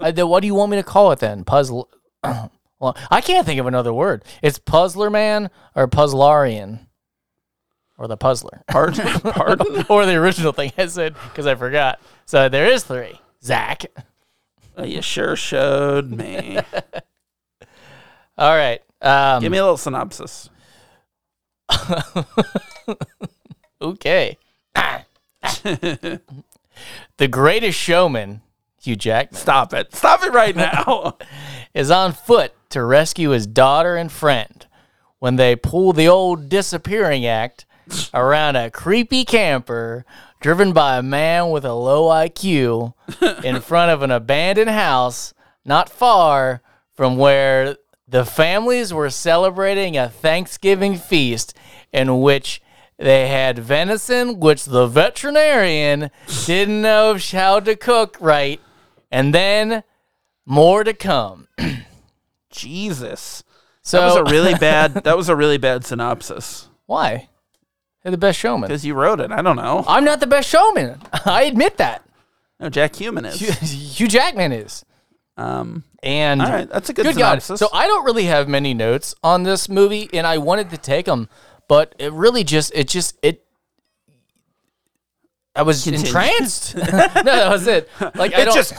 S2: I, the, what do you want me to call it then? Puzzle. well, I can't think of another word. It's puzzler man or puzzlarian or the puzzler
S1: Pardon, pardon.
S2: or the original thing I said because I forgot. So there is three. Zach.
S1: Oh, you sure showed me.
S2: All right. Um,
S1: Give me a little synopsis.
S2: Okay. the greatest showman, Hugh Jackman,
S1: Stop it. Stop it right now.
S2: is on foot to rescue his daughter and friend when they pull the old disappearing act around a creepy camper driven by a man with a low IQ in front of an abandoned house not far from where the families were celebrating a Thanksgiving feast in which they had venison, which the veterinarian didn't know how to cook right, and then more to come.
S1: Jesus.
S2: So
S1: That was a really bad. That was a really bad synopsis
S2: Why? They're the best showman.
S1: because you wrote it. I don't know.
S2: I'm not the best showman. I admit that.
S1: No, Jack Human is.
S2: Hugh Jackman is.
S1: Um,
S2: And
S1: all right, that's a good,
S2: good God.
S1: synopsis.
S2: So I don't really have many notes on this movie, and I wanted to take them, but it really just, it just, it, I was
S1: Continue.
S2: entranced. no, that was it. Like I
S1: It
S2: don't,
S1: just-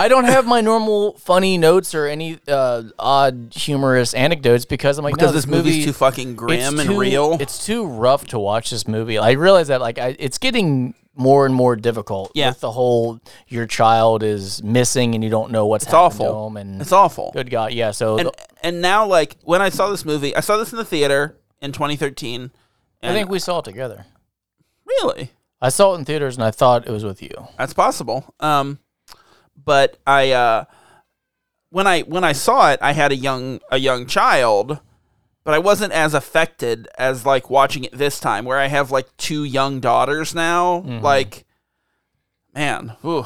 S2: I don't have my normal funny notes or any uh, odd humorous anecdotes because I'm like,
S1: because
S2: no,
S1: this movie's too fucking grim
S2: it's
S1: and
S2: too-
S1: real.
S2: It's too rough to watch this movie. I realize that like I, it's getting more and more difficult
S1: Yeah.
S2: with the whole your child is missing and you don't know what's
S1: It's
S2: happened to
S1: awful.
S2: him and
S1: It's awful.
S2: good god yeah so
S1: And,
S2: the-
S1: and now, like when I saw this movie, I saw this in the theater in 2013.
S2: I think we saw it together.
S1: Really,
S2: I saw it in theaters and I thought it was with you.
S1: that's possible. Um, but I uh, when I when I saw it, I had a young a young child, but I wasn't as affected as like watching it this time, where I have like two young daughters now.
S2: Mm-hmm.
S1: Like, man, whew.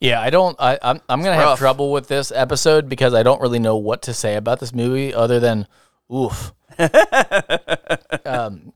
S2: Yeah, I don't. I, I'm I'm gonna
S1: rough.
S2: have trouble with this episode because I don't really know what to say about this movie other than oof. um,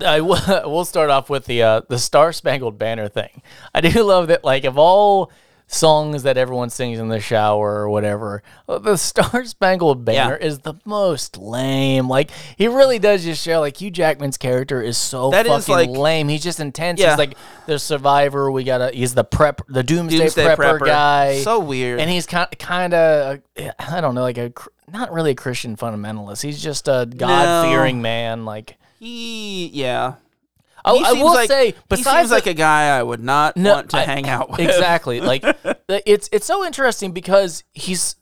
S2: I w- we'll start off with the uh, the Star Spangled Banner thing. I do love that. Like of all songs that everyone sings in the shower or whatever, uh, the Star Spangled Banner is the most lame. Like he really does just show like Hugh Jackman's character is so
S1: That is,
S2: fucking
S1: like-
S2: lame. He's just intense.
S1: Yeah.
S2: He's like the survivor. We gotta. He's the prep. The doom doomsday,
S1: Doomsday
S2: prepper,
S1: prepper.
S2: guy.
S1: So weird.
S2: And he's kind kind of I don't know, like a cr- not really a Christian fundamentalist. He's just a God fearing man. Like
S1: he yeah.
S2: I,
S1: He
S2: I
S1: seems
S2: will
S1: like-
S2: say,
S1: he
S2: besides
S1: seems like a guy I would not
S2: No,
S1: want to
S2: I-
S1: hang out with.
S2: exactly like the- it's it's so interesting because he's.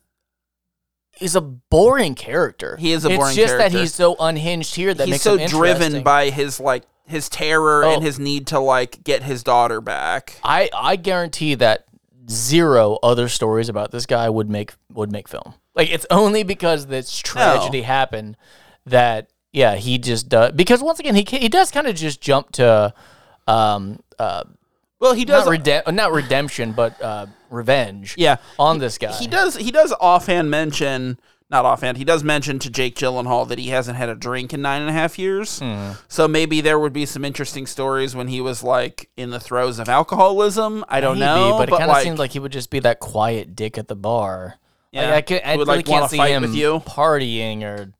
S2: He's a boring character.
S1: He is a
S2: it's
S1: boring
S2: just
S1: character.
S2: that he's so unhinged here that
S1: he's
S2: makes
S1: so
S2: him
S1: driven
S2: interesting.
S1: by his like his terror
S2: Oh.
S1: and his need to like get his daughter back.
S2: I I guarantee that zero other stories about this guy would make would make film. Like it's only because this tragedy happened that yeah, he just does because once again he ca- he does kind of just jump to, um, uh,
S1: Well, he does.
S2: not, redem- not redemption but uh, revenge.
S1: yeah,
S2: on this guy.
S1: he does. He does offhand mention, not offhand. He does mention to Jake Gyllenhaal that he hasn't had a drink in nine and a half years.
S2: Hmm.
S1: So maybe there would be some interesting stories when he was like in the throes of alcoholism. I don't
S2: Maybe,
S1: know,
S2: but it kind of
S1: like,
S2: seems like he would just be that quiet dick at the bar.
S1: Yeah.
S2: Like, I could, I
S1: Who would,
S2: really
S1: like, wanna
S2: can't see
S1: fight
S2: him
S1: with you.
S2: partying or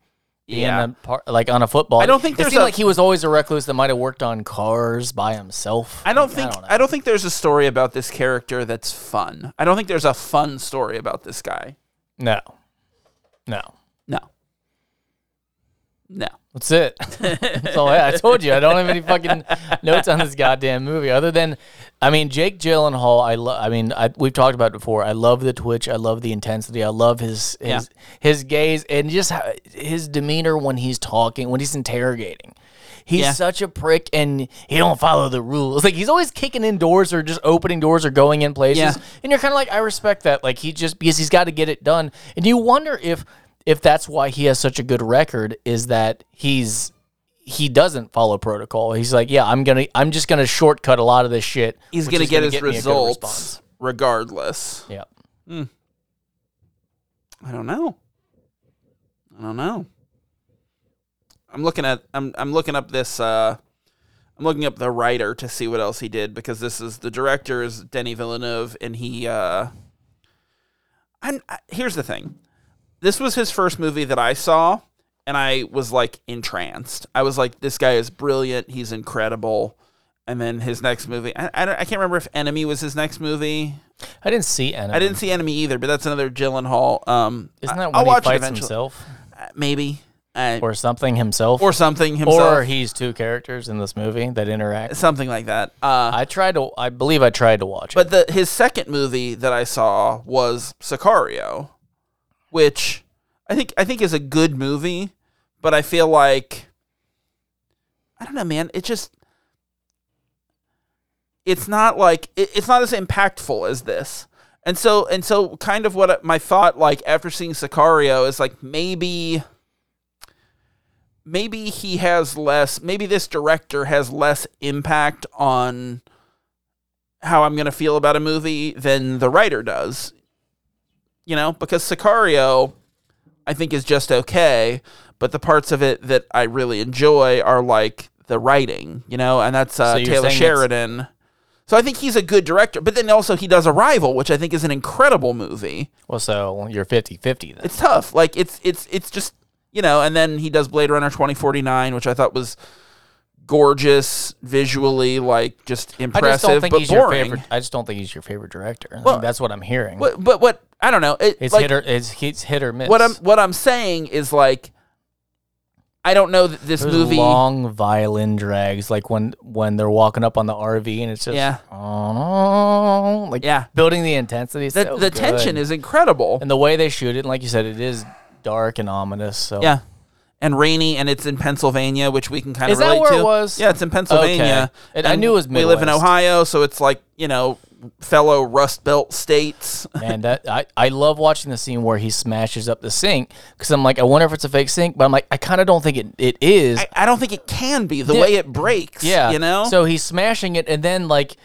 S2: being
S1: Yeah.
S2: a par- like on a football.
S1: I don't think
S2: it
S1: there's
S2: seemed
S1: a-
S2: like he was always a recluse that might have worked on cars by himself.
S1: I don't
S2: Like,
S1: think I
S2: know.
S1: don't, think there's a story about this character that's fun. I don't think there's a fun story about this guy.
S2: no, no.
S1: No. No.
S2: That's it. That's all I, I told you. I don't have any fucking notes on this goddamn movie other than, I mean, Jake Gyllenhaal. I love. I mean, I, we've talked about it before. I love the twitch. I love the intensity. I love his his
S1: Yeah.
S2: his gaze and just how, his demeanor when he's talking, when he's interrogating. He's
S1: Yeah.
S2: such a prick, and he don't follow the rules. Like he's always kicking in doors or just opening doors or going in places.
S1: Yeah.
S2: And you're kind of like, I respect that. Like he just because he's got to get it done. And you wonder if if that's why he has such a good record is that he's he doesn't follow protocol. He's like, yeah, I'm gonna I'm just gonna shortcut a lot of this shit.
S1: He's
S2: which
S1: going to
S2: is
S1: get his
S2: me a good
S1: results
S2: response.
S1: regardless.
S2: Yeah.
S1: I don't know. I don't know. I'm looking at I'm I'm looking up this uh I'm looking up the writer to see what else he did because this is the director is Denny Villeneuve and he uh I'm I, here's the thing. This was his first movie that I saw and I was like entranced. I was like this guy is brilliant, he's incredible. And then his next movie, I, I, don't, I can't remember if Enemy was his next movie.
S2: I didn't see Enemy.
S1: I didn't see Enemy either, but that's another Gyllenhaal. Um,
S2: Isn't
S1: I-
S2: that when
S1: I'll
S2: he
S1: watch it
S2: fights
S1: eventually.
S2: himself
S1: Uh, maybe, uh, or,
S2: or something himself, or,
S1: something himself,
S2: he's two characters in this movie that interact?
S1: something like that. Uh,
S2: I tried to. I believe I tried to watch it.
S1: but the his second movie that I saw was Sicario, which I think I think is a good movie, but I feel like I don't know, man. It just it's not like it, it's not as impactful as this. And so and so kind of what I- my thought like after seeing Sicario is like maybe maybe he has less maybe this director has less impact on how I'm going to feel about a movie than the writer does. You know, because Sicario I think is just okay, but the parts of it that I really enjoy are like the writing, you know, and that's uh,
S2: So you're
S1: Taylor
S2: saying it's-
S1: Sheridan. So I think he's a good director, but then also he does Arrival, which I think is an incredible movie.
S2: well, so you're 50-50 then.
S1: It's tough. Like it's it's it's just you know, and then he does Blade Runner 2049, which I thought was gorgeous visually, like just
S2: I
S1: impressive,
S2: just don't think
S1: but
S2: he's
S1: boring.
S2: your favorite. I just don't think he's your favorite director. I think
S1: Well-
S2: that's what I'm hearing.
S1: But, but what I don't know. It,
S2: it's
S1: like,
S2: hit or it's, it's hit or miss.
S1: what I'm what I'm saying is like I don't know that this
S2: Those
S1: movie.
S2: long violin drags, like when when they're walking up on the RV and it's just
S1: Yeah.
S2: "Oh," like
S1: Yeah.
S2: building the intensity. is
S1: the
S2: so
S1: the
S2: good.
S1: tension is incredible.
S2: and the way they shoot it. And like you said, it is dark and ominous. So
S1: Yeah. And rainy, and it's in Pennsylvania, which we can kind of
S2: Is that
S1: relate
S2: where
S1: to.
S2: it was?
S1: Yeah, it's in Pennsylvania.
S2: Okay. It- I knew it was
S1: We live in
S2: Midwest.
S1: Ohio, so it's like you know, fellow Rust Belt states.
S2: and that I, I love watching the scene where he smashes up the sink because I'm like I wonder if it's a fake sink, but I'm like I kind of don't think it, it is.
S1: I, I don't think it can be the way it breaks.
S2: Yeah.
S1: you know.
S2: So he's smashing it, and then like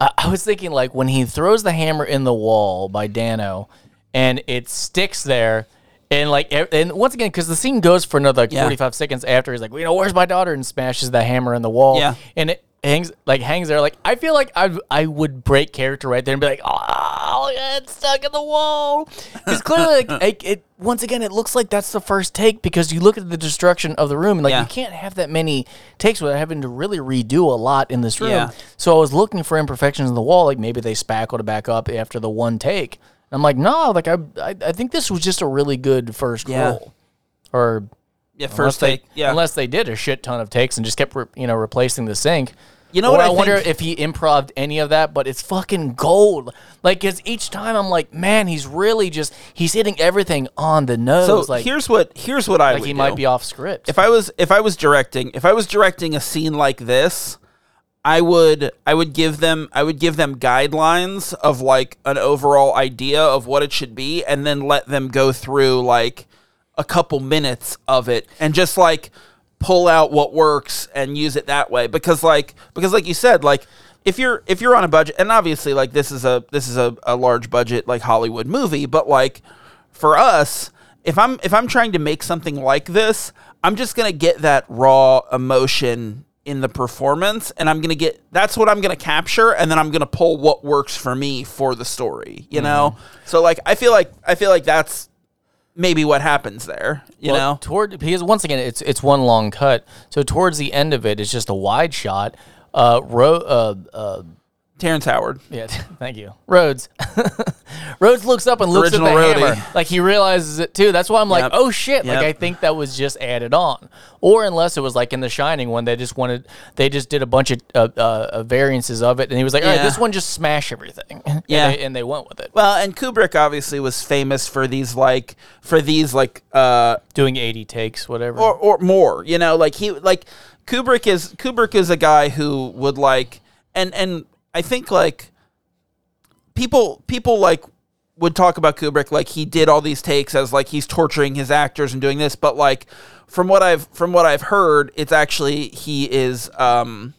S2: I, I was thinking, like when he throws the hammer in the wall by Dano, and it sticks there. And like, e- and once again, because the scene goes for another like
S1: Yeah.
S2: forty five seconds after he's like, you know, where's my daughter? And smashes the hammer in the wall.
S1: Yeah.
S2: And it hangs like hangs there. Like I feel like I I would break character right there and be like, oh, it's stuck in the wall. Because clearly, like it, it once again, it looks like that's the first take because you look at the destruction of the room and like
S1: Yeah.
S2: you can't have that many takes without having to really redo a lot in this room.
S1: Yeah.
S2: So I was looking for imperfections in the wall, like maybe they spackled it back up after the one take. And I'm like, no, like I, I, I think this was just a really good first
S1: Yeah.
S2: roll, or
S1: yeah,
S2: unless
S1: first
S2: they,
S1: take. Yeah,
S2: unless they did a shit ton of takes and just kept re- you know replacing the sink.
S1: You know
S2: Or
S1: what I
S2: I, wonder
S1: think-
S2: if he improved any of that, but it's fucking gold. Like, cause each time I'm like, man, he's really just he's hitting everything on the nose.
S1: so
S2: like,
S1: here's what here's what I
S2: like
S1: would
S2: he
S1: do.
S2: might be off script.
S1: if I was if I was directing if I was directing a scene like this, I would I would give them I would give them guidelines of like an overall idea of what it should be, and then let them go through like a couple minutes of it, and just like pull out what works and use it that way because like because like you said like if you're if you're on a budget and obviously like this is a this is a, a large budget like Hollywood movie but like for us if I'm if I'm trying to make something like this I'm just going to get that raw emotion in the performance and I'm going to get that's what I'm going to capture and then I'm going to pull what works for me for the story you know so like I feel like I feel like that's maybe what happens there you
S2: Well,
S1: know
S2: toward because once again it's it's one long cut. So towards the end of it, it's just a wide shot. Uh, ro- uh, uh,
S1: Terrence Howard
S2: yeah, thank you, Rhodes. Rhodes looks up and looks
S1: Original
S2: at the
S1: roadie.
S2: hammer, like he realizes it too. That's why I'm like,
S1: Yep.
S2: oh shit! Like
S1: Yep.
S2: I think that was just added on, or unless it was like in The Shining one, they just wanted they just did a bunch of uh, uh, uh, variances of it, and he was like, all right,
S1: Yeah.
S2: this one just smash everything, And
S1: Yeah.
S2: they- and they went with it,
S1: Well, and Kubrick obviously was famous for these like for these like uh
S2: doing 80 takes, whatever.
S1: or or more, you know, like he like Kubrick is Kubrick is a guy who would like and and I think like people people like would talk about Kubrick like he did all these takes as like he's torturing his actors and doing this, but like from what I've from what I've heard, it's actually he is um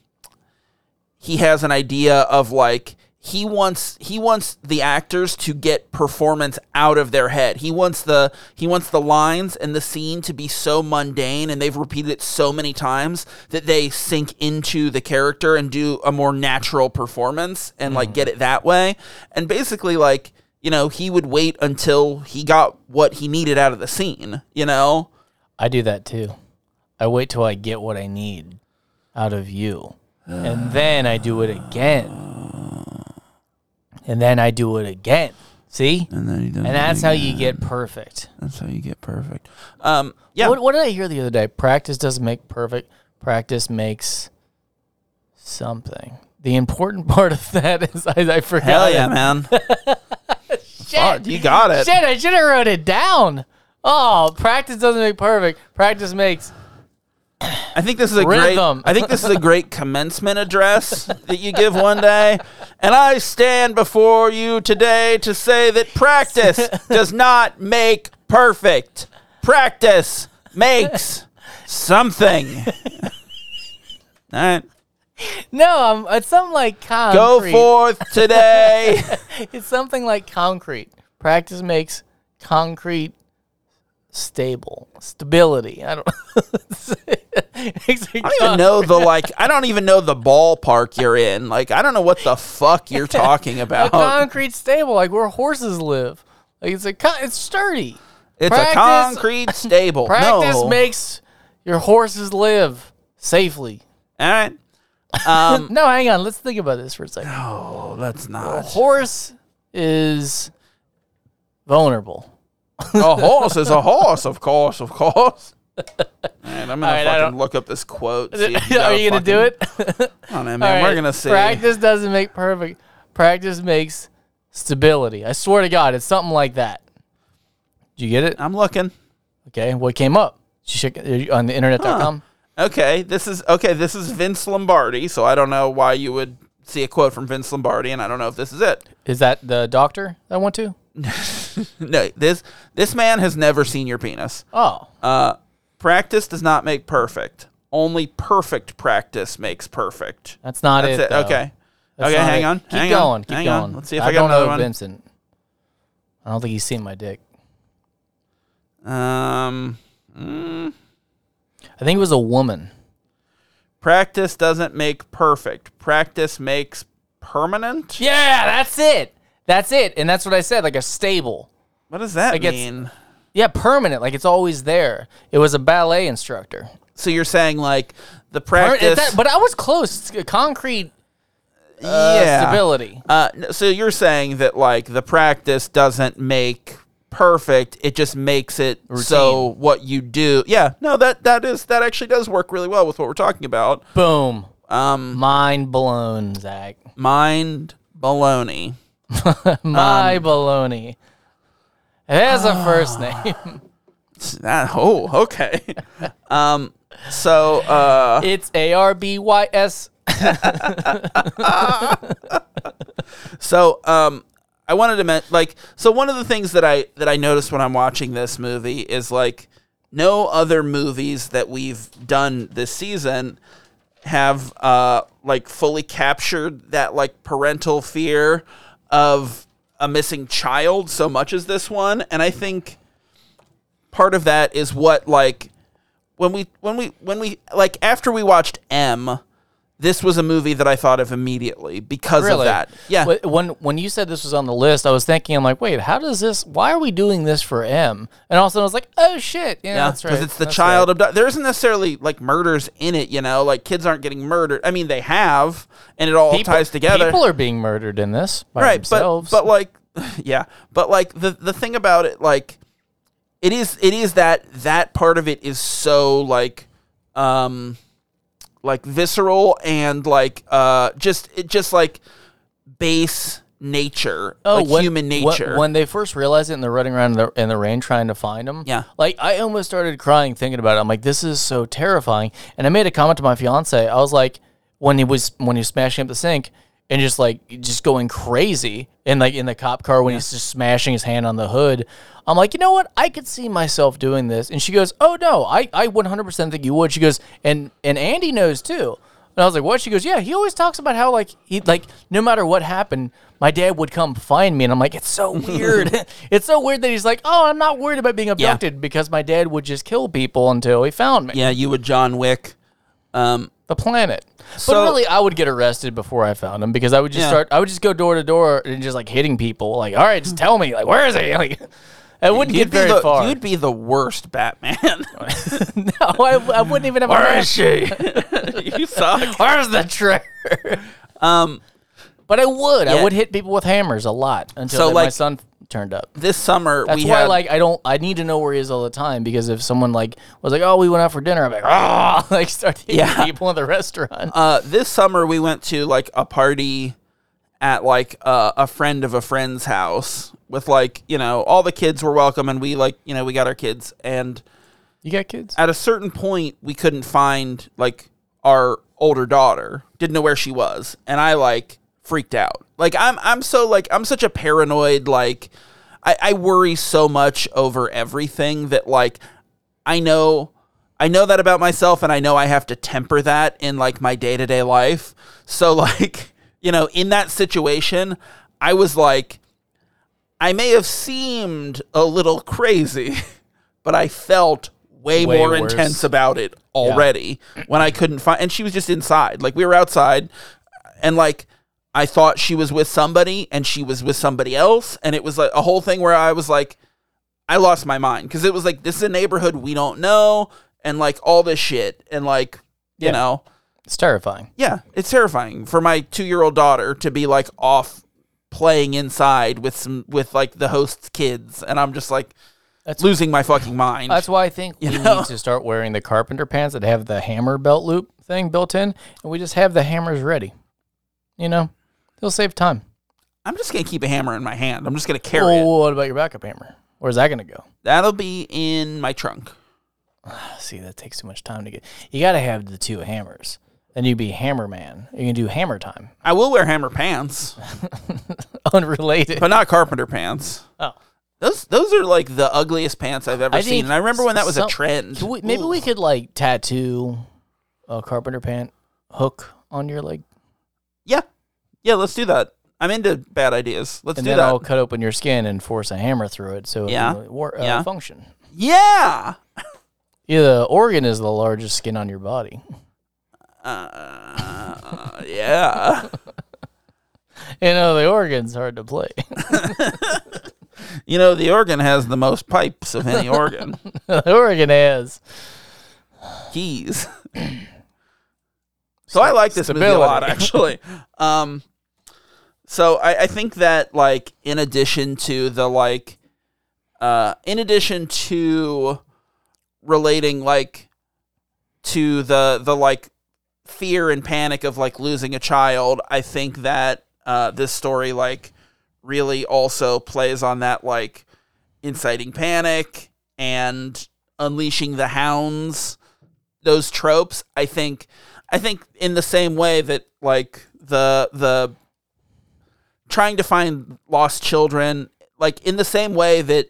S1: he has an idea of like he wants he wants the actors to get performance out of their head. He wants the he wants the lines and the scene to be so mundane and they've repeated it so many times that they sink into the character and do a more natural performance and like get it that way. And basically like, you know, he would wait until he got what he needed out of the scene, you know?
S2: I do that too. I wait till I get what I need out of you. And then I do it again. And then I do it again. See?
S1: And then he does
S2: And that's how you get perfect.
S1: that's how you get perfect. Um yeah.
S2: What, what did I hear the other day? Practice doesn't make perfect, practice makes something. The important part of that is I, I forgot.
S1: Hell yeah,
S2: it.
S1: man.
S2: Shit.
S1: Fuck, you got it.
S2: Shit, I should have wrote it down. Oh, practice doesn't make perfect. Practice makes
S1: I think this is a
S2: Rhythm.
S1: great. I think this is a great commencement address that you give one day. And I stand before you today to say that practice does not make perfect. Practice makes something. All right,
S2: No, i it's something like
S1: go
S2: concrete.
S1: forth today.
S2: It's something like concrete. Practice makes concrete stable stability. I don't.
S1: I don't even know the like. I don't even know the ballpark you're in. Like, I don't know what the fuck you're talking
S2: A
S1: about.
S2: concrete stable, like where horses live. Like it's a con- it's sturdy.
S1: it's
S2: practice-
S1: a concrete stable.
S2: Practice
S1: no.
S2: makes your horses live safely.
S1: All right. Um,
S2: No, hang on. Let's think about this for a second.
S1: Oh, that's
S2: A
S1: not.
S2: horse is vulnerable.
S1: a horse is a horse, of course, of course. Man, I'm gonna
S2: right, I
S1: fucking
S2: don't-
S1: look up this quote. see if
S2: Are you gonna do
S1: fucking-
S2: it?
S1: I don't know, man.
S2: All
S1: We're
S2: right,
S1: gonna see.
S2: Practice doesn't make perfect. Practice makes stability. I swear to God, it's something like that. Did you get it?
S1: I'm looking.
S2: Okay. What came up? Did you check- are you on the internet.com?
S1: Okay, this is okay. This is Vince Lombardi. So I don't know why you would see a quote from Vince Lombardi, and I don't know if this is it.
S2: Is that the doctor that went to?
S1: No, this this man has never seen your penis.
S2: Oh.
S1: Uh, practice does not make perfect. Only perfect practice makes perfect.
S2: that's not
S1: That's
S2: it.
S1: it.
S2: though.
S1: Okay.
S2: That's
S1: okay,
S2: not
S1: hang
S2: it.
S1: on.
S2: Keep
S1: hang
S2: going.
S1: on,
S2: Keep
S1: hang
S2: going.
S1: on. Let's see if
S2: I,
S1: I, got
S2: don't
S1: another
S2: know
S1: one.
S2: Vincent. I don't think he's seen my dick.
S1: Um.
S2: I think it was a woman.
S1: Practice doesn't make perfect. Practice makes permanent.
S2: Yeah, that's it. That's it. And that's what I said, like a stable.
S1: What does that
S2: guess-
S1: mean?
S2: Yeah, permanent. Like it's always there. It was a ballet instructor.
S1: So you're saying like the
S2: Or-
S1: practice,
S2: is that- but I was close. It's Concrete uh,
S1: yeah.
S2: stability.
S1: Uh, n- so you're saying that like the practice doesn't make perfect. It just makes it so what you do. Yeah. No, that that is that actually does work really well with what we're talking about.
S2: Boom.
S1: Um,
S2: Mind blown, Zach.
S1: mind baloney. um,
S2: My baloney. There's a first name.
S1: That oh okay. um. So uh.
S2: it's A R B Y S.
S1: So, um, I wanted to men- like so one of the things that I that I noticed when I'm watching this movie is like no other movies that we've done this season have uh, like fully captured that like parental fear of a missing child so much as this one and i think part of that is what like when we when we when we like after we watched m this was a movie that i thought of immediately because of
S2: Really?
S1: that yeah
S2: Wh- When when you said this was on the list, I was thinking, I'm like, wait, how does this? Why are we doing this for M? And all of a sudden, I was like, oh shit, yeah,
S1: Yeah,
S2: that's right.
S1: it's the
S2: that's
S1: child
S2: right.
S1: abduction. There isn't necessarily like murders in it, you know. Like kids aren't getting murdered. I mean, they have, and it all ties together,
S2: People are being murdered in this by
S1: right?
S2: themselves.
S1: But but like, yeah, but like the the thing about it, like, it is it is that that part of it is so like, um, like visceral and like uh just it just like base nature, like
S2: Oh, when-
S1: human
S2: when-
S1: nature.
S2: When, they first realize it and they're running around in the, in the rain trying to find them.
S1: Yeah.
S2: Like, I almost started crying thinking about it. I'm like, this is so terrifying. And I made a comment to my fiance. I was like, when he was when he was smashing up the sink and just like just going crazy and like in the cop car when he's just smashing his hand on the hood. I'm like, you know what? I could see myself doing this. And she goes, oh no, I, I 100% think you would. She goes, and and Andy knows too. And I was like, "What?" She goes, "Yeah." He always talks about how like he like no matter what happened, my dad would come find me, and I'm like, "It's so weird. it's so weird that he's like, oh, I'm not worried about being abducted because my dad would just kill people until he found me.
S1: yeah, you would John Wick. Um,
S2: The planet. but
S1: So-
S2: really, I would get arrested before I found him because I would just
S1: Yeah.
S2: start. I would just go door to door and just like hitting people. Like, all right, just tell me. Like, where is he? Like, I wouldn't get
S1: you'd be
S2: very
S1: the,
S2: far.
S1: You'd be the worst Batman.
S2: no, I, I wouldn't even have. a map.
S1: she? you suck.
S2: Where's the trigger?
S1: Um,
S2: But I would. I
S1: Yeah.
S2: would hit people with hammers a lot until
S1: So,
S2: then my
S1: like-
S2: son turned up.
S1: this summer
S2: That's
S1: we
S2: why,
S1: had
S2: like, I don't. I need to know where he is all the time because if someone like was like, "Oh, we went out for dinner," I'm like, "Ah!" Like, start hitting
S1: Yeah.
S2: people in the restaurant.
S1: uh, this summer we went to like a party at like uh, a friend of a friend's house with like you know all the kids were welcome and we like you know we got our kids and
S2: you got kids?
S1: at a certain point we couldn't find like our older daughter didn't know where she was and i like freaked out like i'm i'm so like i'm such a paranoid like i, I worry so much over everything that like i know i know that about myself and i know i have to temper that in like my day-to-day life so like you know in that situation i was like I may have seemed a little crazy, but I felt way,
S2: Way
S1: more
S2: worse.
S1: intense about it already when I couldn't find. And she was just inside. Like we were outside, and like I thought she was with somebody, and she was with somebody else, and it was like a whole thing where I was like, I lost my mind because it was like this is a neighborhood we don't know, and like all this shit, and like
S2: Yeah.
S1: you know,
S2: It's terrifying.
S1: yeah, it's terrifying for my two-year-old daughter to be like off playing inside with some with like the host's kids, and I'm just like
S2: That's-
S1: losing my fucking mind.
S2: That's why I think we
S1: know?
S2: need to start wearing the carpenter pants that have the hammer belt loop thing built in, and we just have the hammers ready. You know, it'll save time.
S1: I'm just gonna keep a hammer in my hand. I'm just gonna carry it.
S2: Oh, what about your backup hammer? Where's that going to go?
S1: That'll be in my trunk.
S2: See, that takes too much time to get. You got to have the two hammers. Then you'd be hammer man. You can do hammer time.
S1: I will wear hammer pants,
S2: Unrelated.
S1: but not carpenter pants.
S2: Oh.
S1: Those those are like the ugliest pants I've ever
S2: I think
S1: seen, and I remember when that was a
S2: some-
S1: trend.
S2: Can we, maybe we could like tattoo a carpenter pant hook on your leg,
S1: yeah, yeah. Let's do that. I'm into bad ideas. Let's
S2: and
S1: do
S2: then
S1: that.
S2: I'll cut open your skin and force a hammer through it, so
S1: Yeah.
S2: it will wor- uh,
S1: Yeah.
S2: function.
S1: yeah.
S2: Yeah, the organ is the largest skin on your body.
S1: Uh, yeah.
S2: You know, the organ's hard to play.
S1: You know, the organ has the most pipes of any organ.
S2: the organ has
S1: Keys. so I like this movie a lot, actually. Um, so I, I think that, like, in addition to the, like, uh, in addition to relating, like, to the, the, like, fear and panic of, like, losing a child, I think that uh, this story, like, really also plays on that, like, inciting panic and unleashing the hounds those tropes i think i think in the same way that like the the trying to find lost children like in the same way that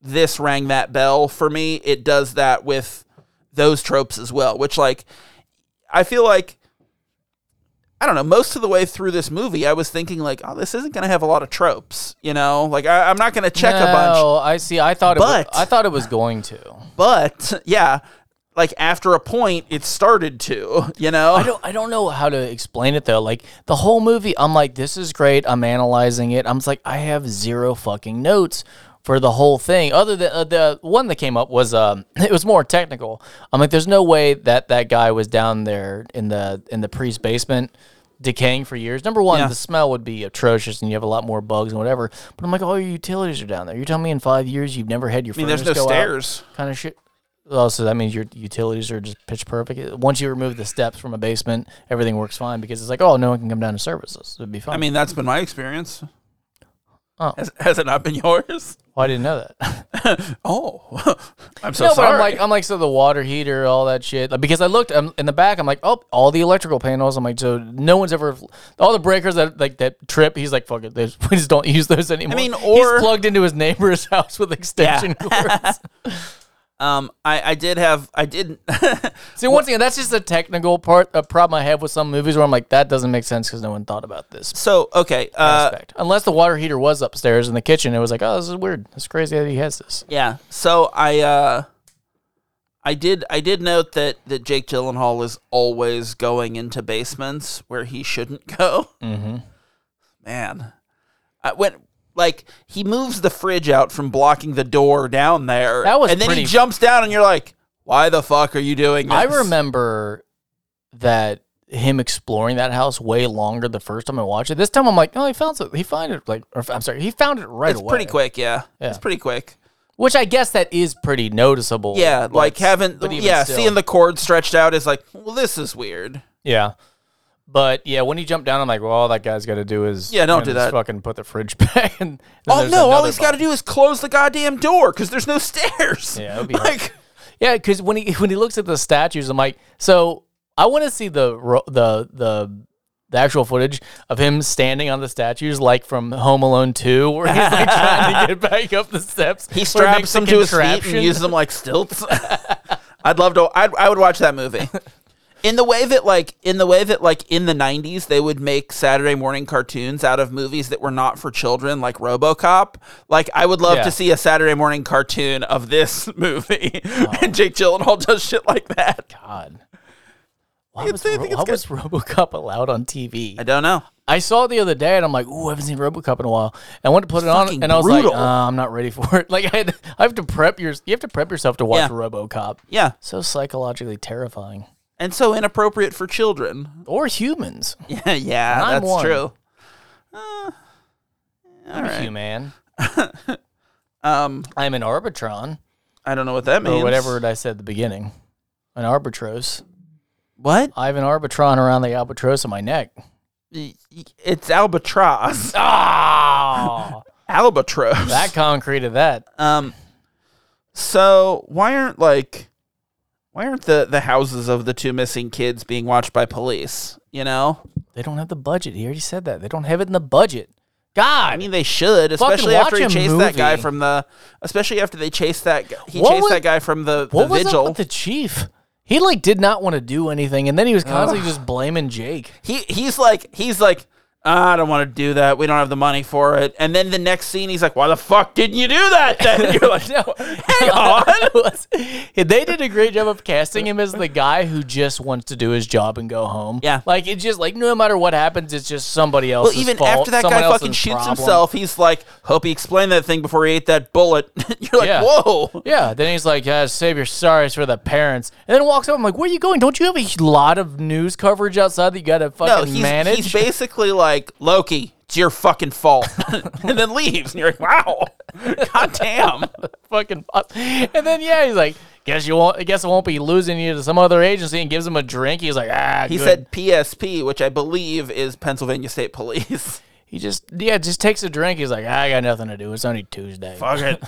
S1: this rang that bell for me. It does that with those tropes as well, which like I feel like I don't know, most of the way through this movie I was thinking like, oh, this isn't gonna have a lot of tropes, you know? Like I, I'm not gonna check a bunch.
S2: No, I see. I thought it
S1: But-
S2: was, I thought it was going to.
S1: But yeah, like after a point it started to, you know?
S2: I don't I don't know how to explain it though. Like the whole movie, I'm like, this is great. I'm analyzing it. I'm just like, I have zero fucking notes for the whole thing. Other than uh, the one that came up was um, it was more technical. I'm like, there's no way that that guy was down there in the in the priest's basement. Decaying for years. Number one,
S1: Yeah.
S2: the smell would be atrocious, and you have a lot more bugs and whatever. But I'm like, all your utilities are down there. You're telling me in five years you've never had your. I
S1: mean, there's no stairs.
S2: kind of shit. Oh, so that means your utilities are just pitch perfect. Uh, Once you remove the steps from a basement, everything works fine because it's like, oh, no one can come down to services. It'd be fine.
S1: I mean, that's been my experience.
S2: Oh.
S1: Has, has it not been yours?
S2: well, I didn't know that.
S1: Oh, I'm so
S2: no, but
S1: sorry.
S2: I'm like, I'm like, so the water heater, all that shit. Like, because I looked um in the back, I'm like, oh, all the electrical panels. I'm like, so no one's ever, all the breakers that like that trip. He's like, fuck it, they just- we just don't use those anymore.
S1: mean,
S2: he's
S1: or-
S2: plugged into his neighbor's house with extension cords. oh.
S1: um, I, I did have, I did,
S2: See, once again, that's just a technical part, a problem I have with some movies where I'm like, that doesn't make sense because no one thought about this.
S1: so, okay. Uh,
S2: aspect. Unless the water heater was upstairs in the kitchen, it was like, oh, this is weird. It's crazy that he has this.
S1: yeah. So I, uh, I did, I did note that, that Jake Gyllenhaal is always going into basements where he shouldn't go. Mm-hmm. Man, I went, like he moves the fridge out from blocking the door down there.
S2: That was
S1: and then
S2: pretty-
S1: he jumps down and you're like, why the fuck are you doing this?
S2: I remember that him exploring that house way longer the first time I watched it. This time I'm like, oh, he found it. He found it like, or, I'm sorry, he found it right
S1: It's
S2: away.
S1: pretty quick, yeah.
S2: Yeah.
S1: It's pretty quick.
S2: Which I guess that is pretty noticeable.
S1: Yeah, like, having
S2: but even
S1: yeah,
S2: still.
S1: seeing the cord stretched out is like, well, this is weird.
S2: yeah. But yeah, when he jumped down, I'm like, well, all that guy's got to do is
S1: Yeah, don't
S2: and
S1: do
S2: just
S1: that.
S2: Fucking put the fridge back. And, and
S1: Oh
S2: there's
S1: no, all
S2: another
S1: he's got to do is close the goddamn door because there's no stairs.
S2: Yeah, it would be hard.
S1: like
S2: Yeah, because when he when he looks at the statues, I'm like, so I want to see the ro- the the the actual footage of him standing on the statues, like from Home Alone Two, where he's like trying to get back up the steps.
S1: he
S2: where makes
S1: straps
S2: the
S1: them to his feet
S2: contraption.
S1: and uses them like stilts. I'd love to. I'd, I would watch that movie. In the way that like in the way that like in the 90s they would make Saturday morning cartoons out of movies that were not for children like RoboCop, like I would love
S2: Yeah.
S1: to see a Saturday morning cartoon of this movie. and Jake Gyllenhaal does shit like that.
S2: God. Why
S1: It's-
S2: was,
S1: I
S2: Ro-
S1: think it's
S2: why
S1: good.
S2: was RoboCop allowed on TV?
S1: I don't know.
S2: I saw it the other day, and I'm like, "Ooh, I haven't seen RoboCop in a while." And I wanted to put it on,
S1: fucking
S2: and I was like,
S1: brutal.
S2: uh, "I'm not ready for it." Like, I, had, I have to prep your, you have to prep yourself to watch
S1: Yeah.
S2: RoboCop.
S1: Yeah.
S2: So psychologically terrifying.
S1: And so inappropriate for children.
S2: or humans.
S1: Yeah, yeah,
S2: I'm
S1: that's
S2: one.
S1: true.
S2: I'm a human.
S1: Um,
S2: I'm an Arbitron,
S1: I don't know what that means.
S2: or whatever I said at the beginning. An Arbitros.
S1: What?
S2: I have an Arbitron around the albatross on my neck.
S1: Y- y- It's albatross.
S2: Ah,
S1: Albatross.
S2: that concreted that.
S1: Um. So why aren't like, why aren't the the houses of the two missing kids being watched by police? You know,
S2: They don't have the budget. He already said that. They don't have it in the budget. God,
S1: I mean they should, especially
S2: watch
S1: after he
S2: a
S1: chased that guy
S2: movie.
S1: from the, especially after they chased that gu- he
S2: What
S1: chased
S2: was-
S1: that guy from the, the
S2: what was
S1: vigil.
S2: up with the chief? He like did not want to do anything, and then he was constantly just blaming Jake.
S1: he he's like he's like I don't want to do that. We don't have the money for it. And then the next scene, he's like, "Why the fuck didn't you do that?" Then And you're like,
S2: no,
S1: "Hang on."
S2: they did a great job of casting him as the guy who just wants to do his job and go home.
S1: Yeah.
S2: like it's just like no matter what happens, it's just somebody else's
S1: Well, even
S2: fault,
S1: after that
S2: someone
S1: guy fucking
S2: else's
S1: shoots
S2: problem.
S1: himself, he's like, "Hope he explained that thing before he ate that bullet." you're like,
S2: Yeah.
S1: "Whoa!"
S2: Yeah, then he's like, yeah, save your sorries for the parents. And then walks up. I'm like, where are you going? Don't you have a lot of news coverage outside that you got to
S1: No,
S2: fucking
S1: he's,
S2: manage?
S1: he's basically like Loki. It's your fucking fault, and then leaves. And you're like, "Wow, god damn."
S2: fucking boss. And then, yeah, he's like, guess you won't, guess I won't be losing you to some other agency and gives him a drink. He's like, ah,
S1: He
S2: good.
S1: said PSP, which I believe is Pennsylvania State Police.
S2: he just, yeah, just takes a drink. He's like, "Ah, I got nothing to do. It's only Tuesday.
S1: Fuck it.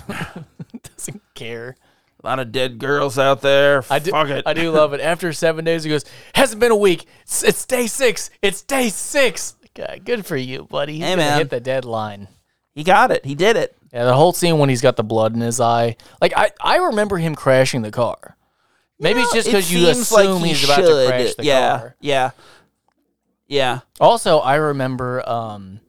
S2: doesn't care.
S1: A lot of dead girls out there.
S2: I do,
S1: Fuck it.
S2: I do love it. After seven days, he goes, hasn't been a week. It's, it's day six. It's day six. God, good for you, buddy. He's
S1: Hey,
S2: gonna
S1: man.
S2: hit the deadline.
S1: He got it. He did it.
S2: Yeah, the whole scene when he's got the blood in his eye. Like I, I remember him crashing the car. Maybe it's just
S1: It
S2: because you
S1: seems like
S2: assume
S1: he
S2: he's about to
S1: should.
S2: crash the
S1: yeah,
S2: car.
S1: Yeah. Yeah.
S2: Also, I remember um,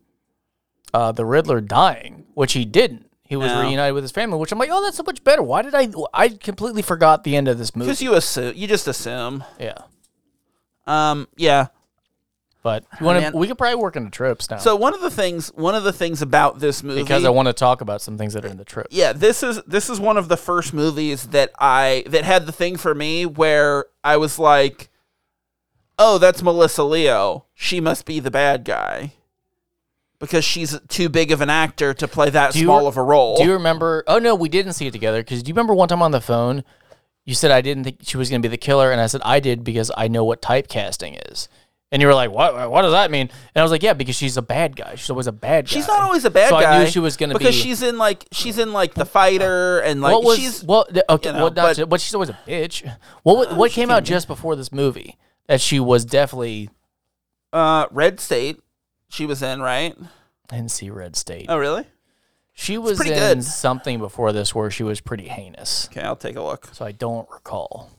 S2: uh, the Riddler dying, which he didn't. He was
S1: No.
S2: reunited with his family, which I'm like, oh, that's so much better. Why did I? I completely forgot the end of this movie.
S1: Because you assume you just assume.
S2: yeah,
S1: Um, yeah.
S2: but you wanna,
S1: man.
S2: we could probably work into trips now
S1: So one of the things one of the things about this movie
S2: because I want to talk about some things that are in the trip.
S1: yeah, this is this is one of the first movies that I that had the thing for me where I was like, "Oh, that's Melissa Leo. She must be the bad guy." Because she's too big of an actor to play that
S2: you-
S1: small of a role.
S2: Do you remember? Oh no, we didn't see it together. Because do you remember one time on the phone, you said I didn't think she was going to be the killer, and I said I did because I know what typecasting is. And you were like, "What? What does that mean?" And I was like, "Yeah, because she's a bad guy. She's always a bad guy.
S1: she's not always a bad
S2: so
S1: guy.
S2: I knew she was going to be
S1: because she's in like she's in like the fighter and like
S2: what was
S1: she's
S2: what? the- Okay,
S1: you know,
S2: well, not
S1: but- Oh,
S2: to- but she's always a bitch. What wa- what came out just before this movie that she was definitely
S1: uh, Red State. She was in right.
S2: I didn't see Red State.
S1: Oh really?
S2: she was in
S1: pretty good.
S2: something before this where she was pretty heinous.
S1: Okay, I'll take a look. Um,
S2: so I don't recall.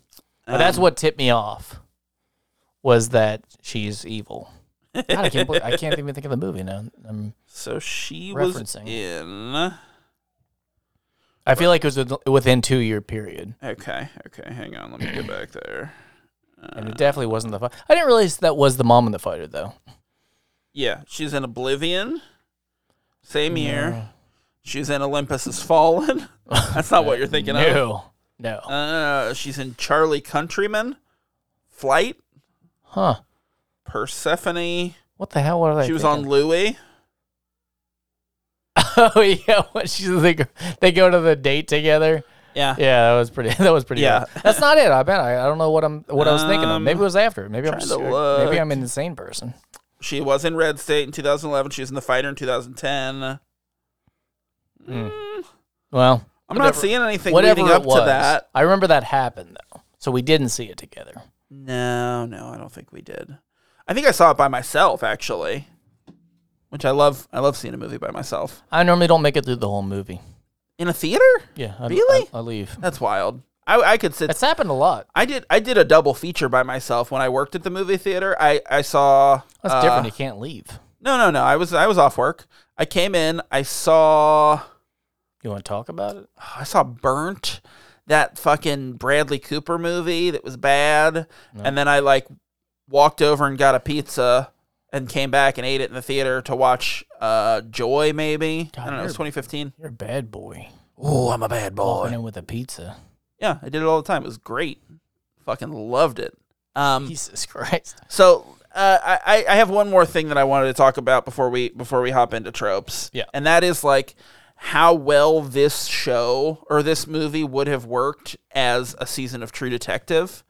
S2: But that's what tipped me off was that she's evil. God, I, can't believe, I can't even think of the movie now. Um, i
S1: So she was
S2: Referencing.
S1: in.
S2: I feel like it was with- within two year period,
S1: Okay, okay, hang on. Let me go back there.
S2: and
S1: Uh.
S2: it definitely wasn't the. Fi- I didn't realize that was the mom in the fighter though.
S1: Yeah, she's in Oblivion. Same year. She's in Olympus Has Fallen. That's not what you're thinking of.
S2: No, no,
S1: Uh, she's in Charlie Countryman, Flight,
S2: huh?
S1: Persephone.
S2: What the hell? What are they?
S1: She was on Louis.
S2: on. oh yeah, what she's they go, they go to the date together.
S1: Yeah.
S2: Yeah, that was pretty. That was pretty.
S1: Yeah.
S2: Yeah, that's not it. I bet. I, I don't know what I'm. What I was thinking of.
S1: Um,
S2: Maybe it was after. Maybe I'm.
S1: trying to
S2: just-
S1: look.
S2: Maybe I'm an insane person.
S1: She was in Red State in 2011. She was in The Fighter in 2010.
S2: Hmm. Well,
S1: I'm not
S2: Whatever-
S1: seeing anything
S2: whatever
S1: Mm. leading up
S2: it was.
S1: to that.
S2: I remember that happened though, so we didn't see it together.
S1: No, no, I don't think we did. I think I saw it by myself actually, which I love. I love seeing a movie by myself
S2: I normally don't make it through the whole movie.
S1: in a theater.
S2: Yeah, I,
S1: Really?
S2: I, I leave.
S1: That's wild. I, I could sit.
S2: That's happened a lot.
S1: I did. I did a double feature by myself when I worked at the movie theater. I I saw.
S2: That's
S1: uh,
S2: different. You can't leave.
S1: No, no, no. I was I was off work. I came in. I saw.
S2: You want to talk about it?
S1: I saw Burnt, that fucking Bradley Cooper movie that was bad. And then I like walked over and got a pizza and came back and ate it in the theater to watch uh, Joy, maybe. I don't know. It was
S2: you're-
S1: 2015.
S2: You're a bad boy.
S1: Oh, I'm a bad
S2: Walking in with a pizza.
S1: Yeah, I did it all the time. It was great. Fucking loved it. Um,
S2: Jesus Christ.
S1: so. Uh, I, I I have one more thing that I wanted to talk about before we before we hop into tropes.
S2: Yeah.
S1: And that is like how well this show or this movie would have worked as a season of True Detective.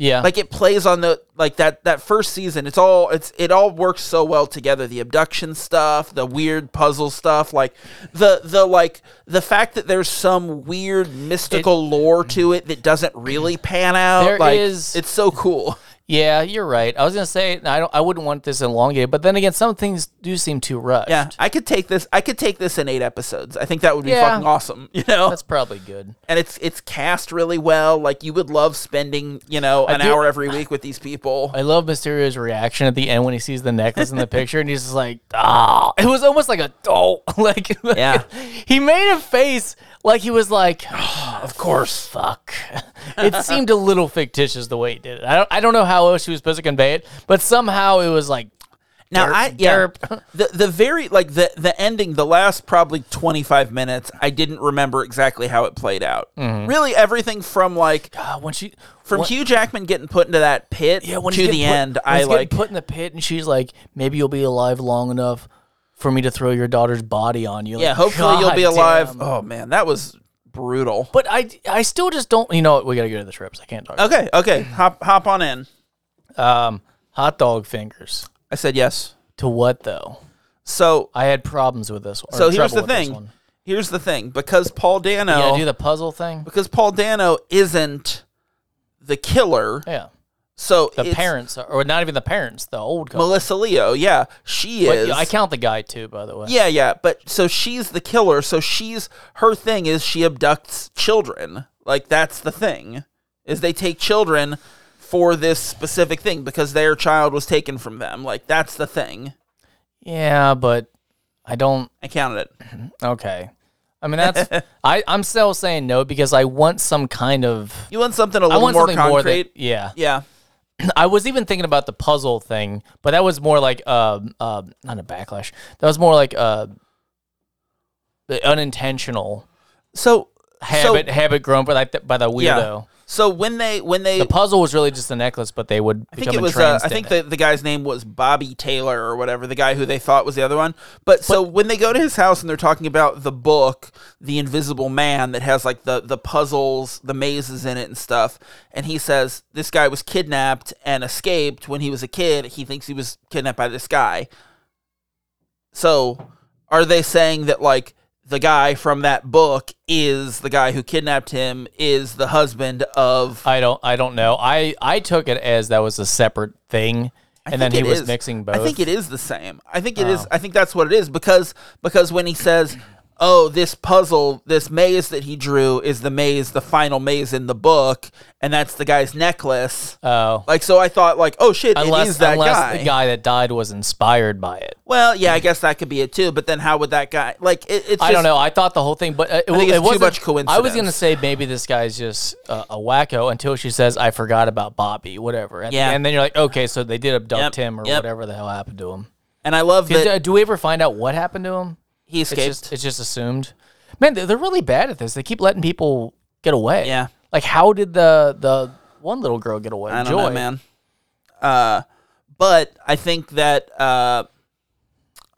S2: Yeah.
S1: like it plays on the like that that first season it's all it's it all works so well together the abduction stuff the weird puzzle stuff like the the like the fact that there's some weird mystical lore to it that doesn't really pan out
S2: There
S1: like
S2: is-
S1: it's so cool
S2: yeah, you're right. I was gonna say I don't. I wouldn't want this elongated, but then again, some things do seem too rushed.
S1: yeah i could take this i could take this in eight episodes i think that would be
S2: Yeah.
S1: fucking awesome you know
S2: That's probably good.
S1: and it's it's cast really well like you would love spending you know an
S2: do-
S1: hour every week with these people
S2: I love Mysterio's reaction at the end when he sees the necklace in the picture, and he's just like, "Ah!" It was almost like a oh, like
S1: Yeah.
S2: He made a face like he was like, "Ah, "Of course, fuck." It seemed a little fictitious the way he did it. I don't, I don't know how else he was supposed to convey it, but somehow it was like,
S1: Now
S2: Derp,
S1: I yeah,
S2: derp.
S1: the the very like the the ending, the last probably twenty five minutes, I didn't remember exactly how it played out.
S2: Mm-hmm.
S1: Really, everything from like
S2: "Ah, when she
S1: from
S2: when,
S1: Hugh Jackman getting put into that pit
S2: yeah, when he's
S1: to the
S2: getting put-
S1: end,
S2: when
S1: I
S2: he's getting
S1: like
S2: put in the pit, and she's like, "Maybe you'll be alive long enough." For me to throw your daughter's body on you.
S1: yeah.
S2: Like,
S1: Hopefully, you'll be
S2: "God
S1: alive.
S2: damn."
S1: Oh man, that was brutal.
S2: But I, I still just don't. You know what? We gotta go to the trips. I can't talk.
S1: Okay, okay, hop hop on in.
S2: Um, hot dog fingers.
S1: I said yes.
S2: To what though?
S1: So
S2: I had problems with this one. or
S1: so here's
S2: trouble
S1: the
S2: with this
S1: thing.
S2: one.
S1: Here's the thing because Paul
S2: You
S1: Dano
S2: gotta do the puzzle thing.
S1: because Paul Dano isn't the killer.
S2: Yeah.
S1: So
S2: The
S1: it's
S2: parents, or not even the parents, the old couple.
S1: Melissa Leo, yeah, she
S2: But,
S1: is.
S2: yeah, I count the guy too, by the way.
S1: Yeah, yeah, but so she's the killer. So she's her thing is she abducts children. Like that's the thing is they take children for this specific thing because their child was taken from them. Like that's the thing.
S2: Yeah, but I don't.
S1: I counted it.
S2: Okay. I mean, that's. I, I'm still saying no because I want some kind of.
S1: You want something a
S2: I
S1: little
S2: want
S1: more
S2: something more than.
S1: concrete?
S2: Yeah.
S1: yeah.
S2: I was even thinking about the puzzle thing, but that was more like. Um, uh, not a backlash. That was more like uh, the unintentional
S1: So
S2: habit habit grown by, like, the, by the weirdo.
S1: So, yeah. So when they when they
S2: The puzzle was really just the necklace, but they would
S1: I think
S2: become
S1: it was uh,
S2: entranced.
S1: I
S2: in
S1: think
S2: it.
S1: the, the guy's name was Bobby Taylor or whatever, the guy who they thought was the other one. But so when they go to his house and they're talking about the book, The Invisible Man that has like the the puzzles, the mazes in it and stuff, and he says this guy was kidnapped and escaped when he was a kid. He thinks he was kidnapped by this guy. So are they saying that like the guy from that book is the guy who kidnapped him is the husband of
S2: I don't. I don't know. I I took it as that was a separate thing,
S1: I
S2: and then he
S1: think it
S2: was
S1: is.
S2: mixing both. Oh.
S1: I think it is the same. I think it is. I think that's what it is because because when he says, "Oh, this puzzle, this maze that he drew is the maze, the final maze in the book, and that's the guy's necklace."
S2: Oh,
S1: like so, I thought like, "Oh shit, it
S2: unless
S1: is that
S2: unless
S1: guy.
S2: the guy that died was inspired by it.
S1: Well, yeah, I guess that could be it too. But then, how would that guy like? It, it's
S2: I don't
S1: just-
S2: know. I thought the whole thing, but uh, it,
S1: think it's
S2: it
S1: too
S2: wasn't-
S1: much coincidence.
S2: I was gonna say maybe this guy's just uh, a wacko until she says, "I forgot about Bobby," whatever. And,
S1: Yeah.
S2: and then you're like, okay, so they did abduct
S1: Yep,
S2: him or
S1: yep.
S2: whatever the hell happened to him.
S1: And I love that
S2: Did, uh, do we ever find out what happened to him?
S1: he
S2: It's
S1: escaped.
S2: just, it's just assumed. Man, they're, they're really bad at this. They keep letting people get away.
S1: Yeah.
S2: Like, how did the the one little girl get away?
S1: I don't
S2: Joy.
S1: know, man. Uh, but I think that uh,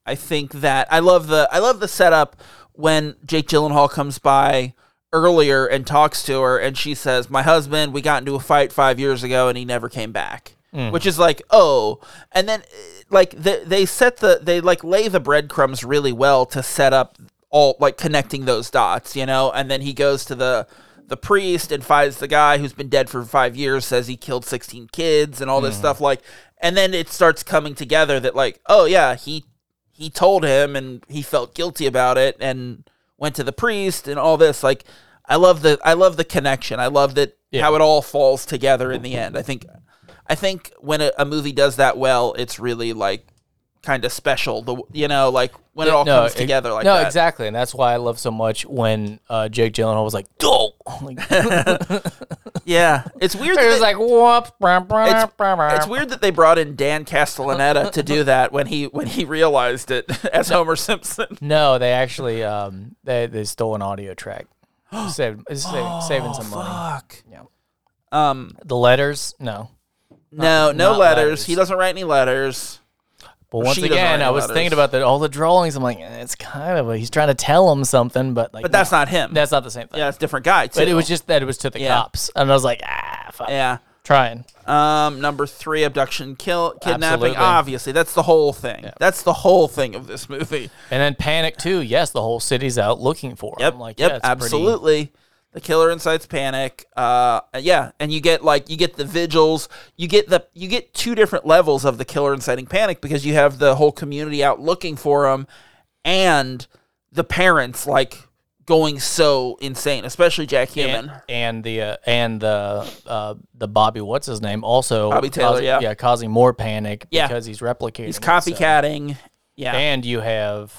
S1: I think that I love the I love the setup when Jake Gyllenhaal comes by earlier and talks to her, and she says, "My husband, we got into a fight five years ago, and he never came back." Which is like, oh, and then eh, like they they set the they like lay the breadcrumbs really well to set up all like connecting those dots, you know, and then he goes to the the priest and finds the guy who's been dead for five years says he killed 16 kids and all this stuff like and then it starts coming together that like oh yeah he he told him and he felt guilty about it and went to the priest and all this like i love the i love the connection i love that
S2: Yeah.
S1: how it all falls together in the end i think i think when a, a movie does that well it's really like kind of special the you know like when it all comes
S2: it-
S1: together like
S2: no,
S1: that
S2: exactly, and that's why I love so much when uh, Jake Gyllenhaal was like, "Doh," like, it
S1: yeah it's weird that
S2: was
S1: they-
S2: like, "Whoop, brum, brum,
S1: It's-
S2: brum, brum."
S1: It's weird that they brought in Dan Castellaneta to do that when he when he realized it as Homer Simpson.
S2: No, they actually um, they they stole an audio track, saved, saving, saving some money.
S1: Oh, Fuck.
S2: Yeah.
S1: Um.
S2: The letters, no.
S1: No. No letters.
S2: not letters.
S1: He doesn't write any letters.
S2: But once
S1: she doesn't
S2: again,
S1: write
S2: I was
S1: letters.
S2: thinking about the, all the drawings. I'm like, eh, it's kind of a, he's trying to tell him something, but like,
S1: But that's not him.
S2: that's not the same thing.
S1: yeah, it's a different guy too.
S2: But it was just that it was to the
S1: Yeah.
S2: cops, and I was like, ah, fuck,
S1: Yeah.
S2: trying.
S1: Um. Number three, abduction, kill, kidnapping.
S2: Absolutely.
S1: Obviously, that's the whole thing. That's the whole thing of this movie.
S2: And then Panic too. Yes, the whole city's out looking for him.
S1: Yep.
S2: Like,
S1: yep.
S2: yeah, it's pretty-
S1: absolutely. The killer incites panic. Uh, yeah, and you get like you get the vigils. You get the you get two different levels of the killer inciting panic because you have the whole community out looking for him, and the parents like going so insane, especially Jack Human.
S2: and, and the uh, and the uh, the Bobby what's his name also
S1: Bobby Taylor,
S2: causing,
S1: yeah.
S2: causing more panic
S1: Yeah.
S2: because he's replicating
S1: He's
S2: it, so-
S1: copycatting. Yeah,
S2: and you have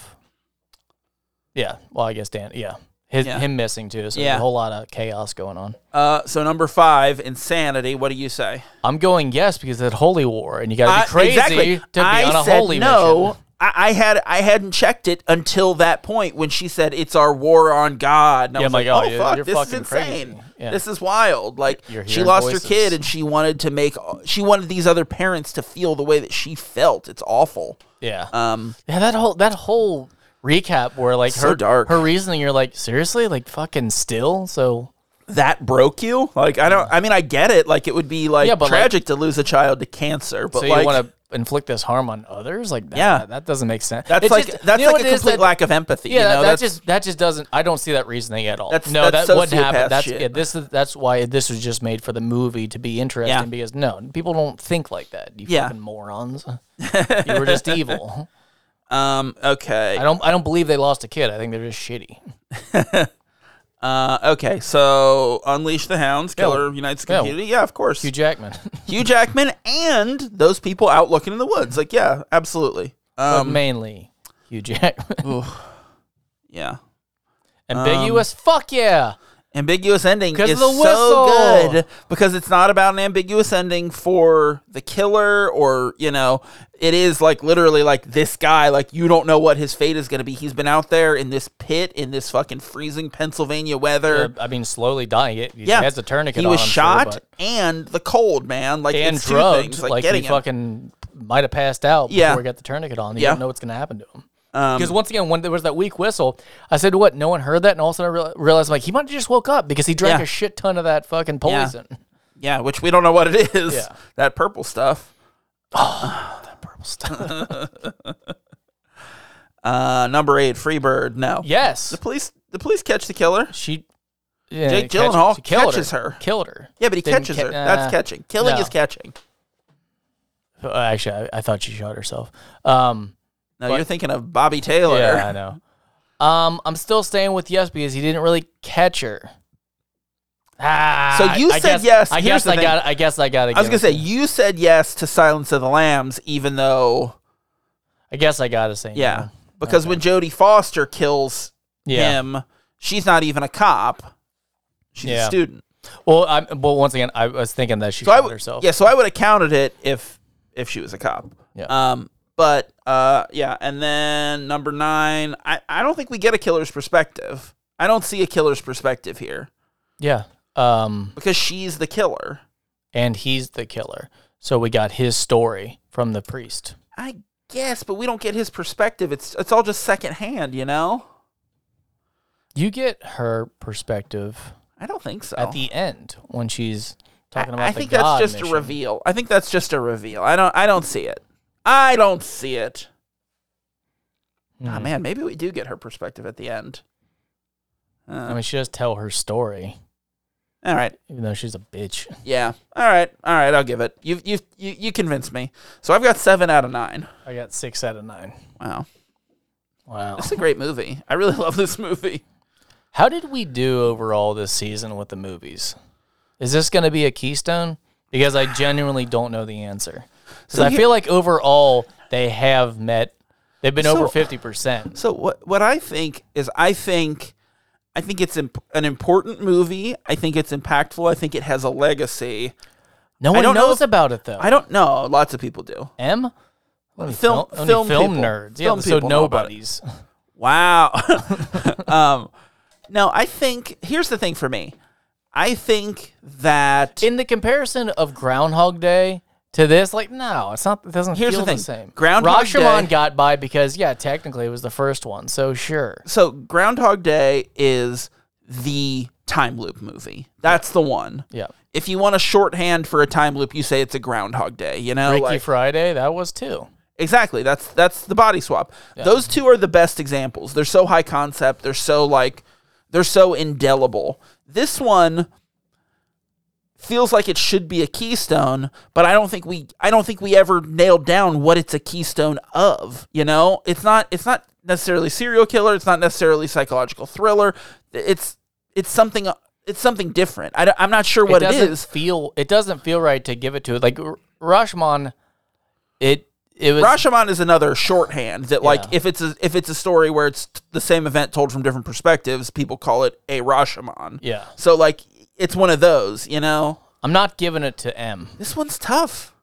S2: yeah well I guess Dan yeah his
S1: Yeah.
S2: him missing too so
S1: Yeah.
S2: a whole lot of chaos going on
S1: Uh, so number five, insanity. What do you say?
S2: I'm going yes because it's holy war and you got to
S1: I-
S2: be crazy to be
S1: I
S2: on a
S1: said
S2: holy
S1: no.
S2: mission
S1: I, I had I hadn't checked it until that point when she said it's our war on God. And I
S2: Yeah,
S1: was
S2: I'm
S1: like,
S2: like,
S1: oh
S2: oh, you're-
S1: fuck,
S2: you're
S1: this is
S2: fucking crazy."
S1: insane.
S2: Yeah.
S1: This is wild. Like
S2: You're
S1: she
S2: hearing
S1: lost her
S2: voices.
S1: kid and she wanted to make she wanted these other parents to feel the way that she felt. It's awful.
S2: yeah
S1: Um,
S2: yeah that whole that whole recap where like
S1: So
S2: her
S1: dark.
S2: her reasoning you're like seriously like fucking still so
S1: that broke you? Like I don't. I mean, I get it. Like it would be like
S2: Yeah, but, like-
S1: tragic to lose a child to cancer, but
S2: so you
S1: like
S2: want to inflict this harm on others? Like, that,
S1: Yeah.
S2: that doesn't make sense.
S1: that's
S2: It's
S1: like
S2: just-
S1: that's
S2: you know
S1: like
S2: what
S1: a
S2: it is?
S1: complete
S2: That-
S1: lack of empathy.
S2: Yeah,
S1: you know?
S2: that, that
S1: that's
S2: just that just doesn't. I don't see that reasoning at all.
S1: That's-
S2: no,
S1: that's
S2: that wouldn't happen.
S1: sociopath
S2: That's
S1: shit.
S2: yeah, this is that's why this was just made for the movie to be interesting
S1: Yeah.
S2: because no, people don't think like that. You
S1: Yeah.
S2: fucking morons. you were just evil.
S1: um okay.
S2: I don't I don't believe they lost a kid. I think they're just shitty.
S1: Uh, okay, so Unleash the Hounds, Killer Unites the
S2: Yeah.
S1: Community. Yeah, of course.
S2: Hugh
S1: Hugh,
S2: Jackman.
S1: Jackman and those people out looking in the woods. Like, yeah, absolutely.
S2: But
S1: Um,
S2: mainly Hugh Jackman.
S1: yeah. Um,
S2: Ambiguous. Fuck yeah.
S1: Ambiguous ending
S2: 'Cause
S1: is
S2: of the
S1: so
S2: whistle.
S1: good because it's not about an ambiguous ending for the killer or, you know, it is like literally like this guy, like you don't know what his fate is going to be. He's been out there in this pit in this fucking freezing Pennsylvania weather.
S2: Uh, I mean, slowly dying. It,
S1: yeah.
S2: He has a tourniquet
S1: He
S2: on,
S1: was
S2: I'm sure,
S1: shot
S2: but-
S1: and the cold, man. Like,
S2: and
S1: it's two
S2: drugged.
S1: things.
S2: Like,
S1: Like, getting
S2: he
S1: him.
S2: fucking might have passed out before
S1: Yeah.
S2: he got the tourniquet on. You
S1: Yeah. Um,
S2: don't know what's going to happen to him. Because once again, when there was that weak whistle, I said, "What? No one heard that." And all of a sudden, I real- realized like he might have just woke up because he drank
S1: Yeah.
S2: a shit ton of that fucking poison.
S1: Yeah, which we don't know what it is.
S2: Yeah. Oh,
S1: That purple stuff.
S2: Purple stuff.
S1: Uh, number eight, Freebird. No.
S2: yes,
S1: The police. The police catch the killer.
S2: she. Yeah,
S1: Jake
S2: catch-
S1: Gyllenhaal
S2: she killed
S1: catches her.
S2: Killed her.
S1: Yeah, but he
S2: Didn't
S1: catches
S2: ca-
S1: her. That's
S2: uh,
S1: catching. Killing
S2: no.
S1: is catching.
S2: Uh, actually, I, I thought she shot herself. Um,
S1: No,
S2: But-
S1: you're thinking of Bobby Taylor.
S2: yeah, I know. Um, I'm still staying with yes because he didn't really catch her. Ah,
S1: So you
S2: I
S1: said
S2: guess-
S1: yes.
S2: I
S1: Here's
S2: guess
S1: the
S2: I
S1: thing.
S2: got. I guess I got.
S1: I was gonna say you said yes to Silence of the Lambs, even though
S2: I guess I gotta say.
S1: yeah,
S2: no.
S1: because when Jodie Foster kills
S2: Yeah.
S1: him, she's not even a cop. She's a
S2: Yeah.
S1: student.
S2: Well, I but once again, I was thinking that she
S1: So I
S2: shot
S1: would,
S2: herself.
S1: yeah, so I would have counted it if if she was a cop.
S2: Yeah.
S1: Um, but uh, yeah, and then number nine, I, I don't think we get a killer's perspective. I don't see a killer's perspective here
S2: Yeah. Um,
S1: because she's the killer.
S2: and he's the killer, so we got his story from the priest.
S1: I guess, but we don't get his perspective. It's it's all just secondhand, you know.
S2: You get her perspective
S1: I don't think so.
S2: at the end when she's
S1: Oh. I,
S2: talking about.
S1: I
S2: the
S1: think
S2: God
S1: that's just
S2: mission.
S1: a reveal. I think that's just a reveal. I don't I don't see it. I don't see it. Ah,
S2: Mhm.
S1: man, maybe we do get her perspective at the end. Uh,
S2: I mean, she does tell her story,
S1: all right.
S2: even though she's a bitch.
S1: Yeah. All right. All right. I'll give it. You've, you've, you you convinced me. So I've got seven out of nine.
S2: I got six out of nine.
S1: Wow.
S2: Wow.
S1: It's a great movie. I really love this movie.
S2: How did we do overall this season with the movies? Is this going to be a keystone? Because I genuinely don't know the answer. Because
S1: So
S2: I
S1: here-
S2: feel like overall they have met. They've been over
S1: So-
S2: fifty percent.
S1: So what what I think is I think I think it's imp- an important movie. I think it's impactful. I think it has a legacy.
S2: No one
S1: don't know
S2: knows
S1: if-
S2: about it though.
S1: I don't know. Lots of people do.
S2: M. Only
S1: Film-
S2: only
S1: film
S2: film
S1: people.
S2: nerds.
S1: Film
S2: yeah, so
S1: people know about it.
S2: nobody's.
S1: Wow. um, no, I think here's the thing for me. I think that
S2: In the comparison of Groundhog Day to this, like no, it's not. It doesn't
S1: Here's
S2: feel
S1: the thing.
S2: same.
S1: Groundhog
S2: Rashomon
S1: Day-
S2: got by because yeah, technically it was the first one. So sure.
S1: so Groundhog Day is the time loop movie. That's the one.
S2: Yeah.
S1: If you want a shorthand for a time loop, you say it's a Groundhog Day. You know,
S2: Freaky
S1: like,
S2: Friday, that was too.
S1: exactly. That's that's the body swap. Those two are the best examples. They're so high concept. They're so like they're so indelible. This one feels like it should be a keystone, but I don't think we I don't think we ever nailed down what it's a keystone of, you know? It's not it's not necessarily serial killer, it's not necessarily psychological thriller. It's it's something it's something different. I am not sure what
S2: it
S1: it
S2: doesn't
S1: is.
S2: feel it doesn't feel right to give it to it like R- Rashomon. It it was
S1: Rashomon is another shorthand that like
S2: Yeah.
S1: if it's a if it's a story where it's t- the same event told from different perspectives, people call it a Rashomon.
S2: yeah.
S1: So like it's one of those, you know.
S2: I'm not giving it to M.
S1: This one's tough.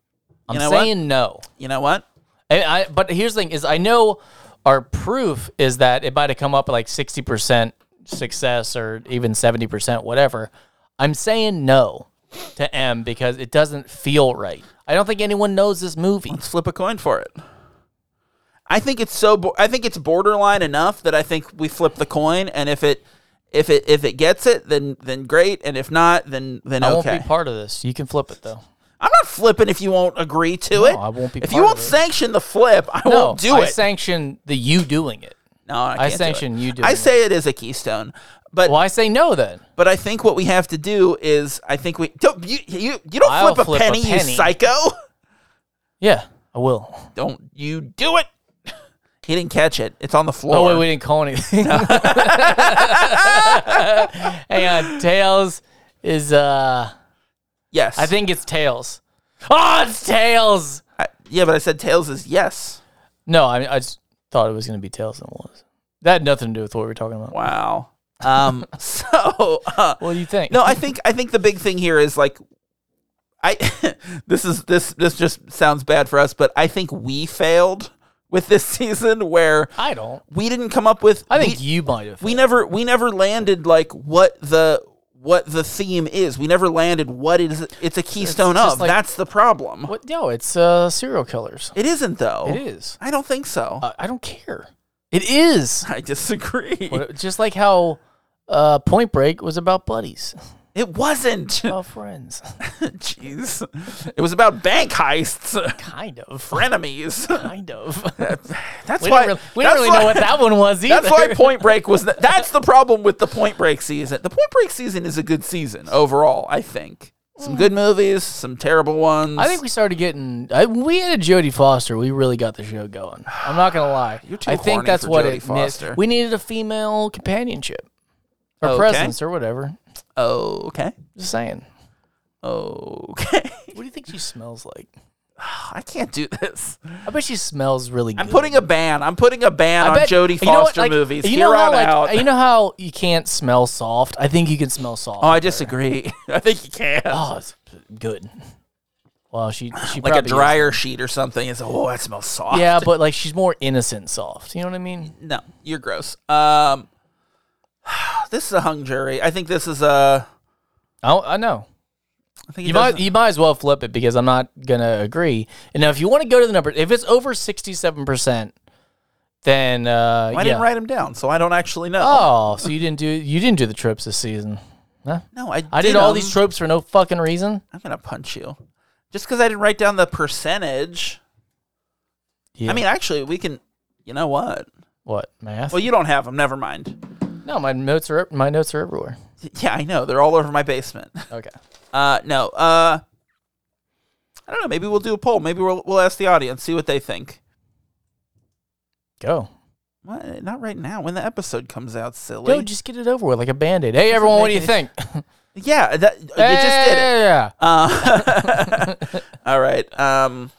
S2: I'm
S1: know what?
S2: saying no.
S1: You know what?
S2: And I, but here's the thing: is I know our proof is that it might have come up at like sixty percent success or even seventy percent, whatever. I'm saying no to M because it doesn't feel right. I don't think anyone knows this movie.
S1: Let's flip a coin for it. I think it's so. Bo- I think it's borderline enough that I think we flip the coin, and if it If it if it gets it, then then great, and if not, then then
S2: I
S1: okay.
S2: won't be part of this. You can flip it though.
S1: I'm not flipping if you won't agree to it.
S2: I won't be
S1: If
S2: part
S1: you
S2: of
S1: won't
S2: it.
S1: sanction the flip, I
S2: No,
S1: won't do
S2: I
S1: it.
S2: sanction the you doing it.
S1: no, I, can't
S2: I
S1: do it.
S2: sanction you doing
S1: I
S2: it.
S1: say it is a keystone, but
S2: Well, I say no then.
S1: but I think what we have to do is I think we don't, you you you don't
S2: I'll
S1: flip, a,
S2: flip a
S1: penny,
S2: penny.
S1: you psycho.
S2: Yeah, I will.
S1: Don't you do it? He didn't catch it. It's on the floor.
S2: Oh wait, we didn't call anything. Hang on, tails is uh,
S1: Yes,
S2: I think it's tails. Oh, it's tails.
S1: I, yeah, but I said tails is yes.
S2: No, I mean, I just thought it was gonna be tails and it was. That had nothing to do with what we were talking about.
S1: Wow. Um. so. Uh,
S2: What do you think?
S1: No, I think I think the big thing here is like I this is this this just sounds bad for us, but I think we failed with this season where
S2: I don't.
S1: we didn't come up with
S2: I think
S1: we,
S2: you might have.
S1: we never we never landed like what the what the theme is. We never landed what it is it's a keystone
S2: just
S1: of.
S2: like-
S1: That's the problem.
S2: What? No, it's uh, serial killers.
S1: It isn't though.
S2: It is.
S1: I don't think so.
S2: Uh, I don't care. It is.
S1: I disagree.
S2: What- Just like how uh, Point Break was about buddies,
S1: It wasn't.
S2: about friends,
S1: Jeez. It was about bank heists,
S2: kind of,
S1: frenemies.
S2: kind of.
S1: That's
S2: We
S1: why
S2: don't really, we don't
S1: that's
S2: really
S1: why-
S2: know what that one was either.
S1: That's why Point Break was. The, that's the problem with the Point Break season. The Point Break season is a good season overall. I think some good movies, some terrible ones.
S2: Mm. I think we started getting. I, we had a Jodie Foster. We really got the show going. I'm not gonna lie. You're
S1: too
S2: I think
S1: horny
S2: that's
S1: for
S2: what
S1: Jodie
S2: it
S1: Foster.
S2: missed. We needed a female companionship or
S1: Okay.
S2: presence or whatever.
S1: okay,
S2: Just saying.
S1: okay.
S2: What do you think she smells like?
S1: I can't do this.
S2: I bet she smells really good.
S1: I'm putting a ban. I'm putting a ban
S2: I
S1: on
S2: bet-
S1: Jodie Foster
S2: you know what, like,
S1: movies
S2: You
S1: here
S2: know how,
S1: on
S2: like,
S1: out.
S2: You know how you can't smell soft? I think you can smell soft.
S1: oh, I disagree. I think you can.
S2: Oh, it's good. Well, she she
S1: like a
S2: probably
S1: dryer sheet or something. It's oh, that smells soft.
S2: Is. Yeah, but like she's more innocent soft. You know what I mean?
S1: No, you're gross. Um, this is a hung jury. I think this is a.
S2: I I know.
S1: I think it
S2: You might
S1: doesn't-
S2: you might as well flip it because I'm not gonna agree. And now if you want to go to the number, if it's over sixty seven percent, then uh,
S1: I
S2: yeah.
S1: didn't write them down, so I don't actually know.
S2: oh, so you didn't do you didn't do the trips this season? Huh?
S1: No, I,
S2: I did all
S1: 'em.
S2: these tropes for no fucking reason.
S1: I'm gonna punch you, just because I didn't write down the percentage.
S2: Yeah.
S1: I mean, actually, we can. You know what?
S2: What math?
S1: Well, you don't have them. Never mind.
S2: no, my notes are my notes are everywhere.
S1: Yeah, I know. They're all over my basement.
S2: Okay.
S1: Uh, no. Uh, I don't know. Maybe we'll do a poll. Maybe we'll we'll ask the audience, see what they think.
S2: Go.
S1: What? Not right now. When the episode comes out, silly.
S2: Go, just get it over with like a band aid. Hey, everyone, what do you
S1: make
S2: think?
S1: yeah, that you just did it.
S2: Yeah.
S1: Uh, all right. Um,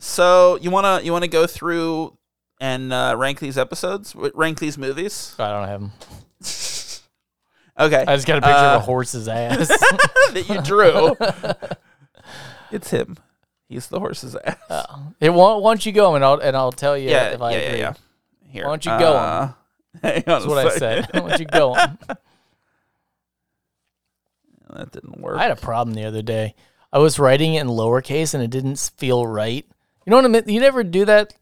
S1: so you wanna you wanna go through and uh, rank these episodes? W- Rank these movies?
S2: I don't have them.
S1: Okay,
S2: I just got a picture
S1: Uh,
S2: of a horse's ass.
S1: that you drew. it's him. He's the horse's ass.
S2: Hey, why, why don't you go and I'll and I'll tell you
S1: yeah,
S2: if
S1: yeah,
S2: I
S1: yeah,
S2: agree.
S1: yeah. Here,
S2: Why don't you go
S1: Uh, hang on
S2: That's what I said. Why don't you go? on?
S1: That didn't work.
S2: I had a problem the other day. I was writing it in lowercase and it didn't s- feel right. You know what I mean? You never do that.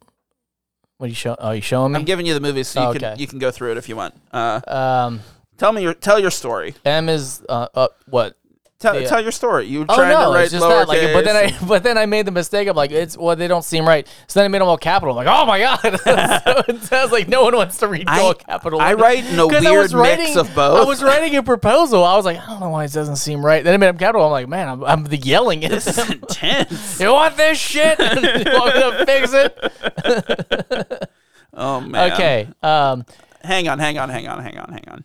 S2: What you show? Oh, you showing
S1: I'm
S2: me?
S1: giving you the movies so you can
S2: oh, Okay.
S1: you can go through it if you want. Uh,
S2: um,
S1: tell me your tell your story.
S2: M is uh, uh what?
S1: Tell,
S2: Yeah.
S1: tell your story. You were
S2: Oh
S1: trying
S2: no,
S1: to write
S2: it's just that. Like, but then
S1: lowercase.
S2: I but then I made the mistake. I'm like, it's well, they don't seem right. So then I made them all capital. I'm like, oh my god! so it sounds like no one wants to read all capital.
S1: I
S2: letters.
S1: write in a
S2: 'Cause I
S1: weird
S2: was
S1: mix of both.
S2: I was writing a proposal. I was like, I don't know why it doesn't seem right. Then I made them capital. I'm like, man, I'm, I'm the yelling. at
S1: This
S2: them.
S1: is intense.
S2: You want this shit? you want me to fix it?
S1: Oh man.
S2: Okay. Um,
S1: Hang on, hang on, hang on, hang on, hang on.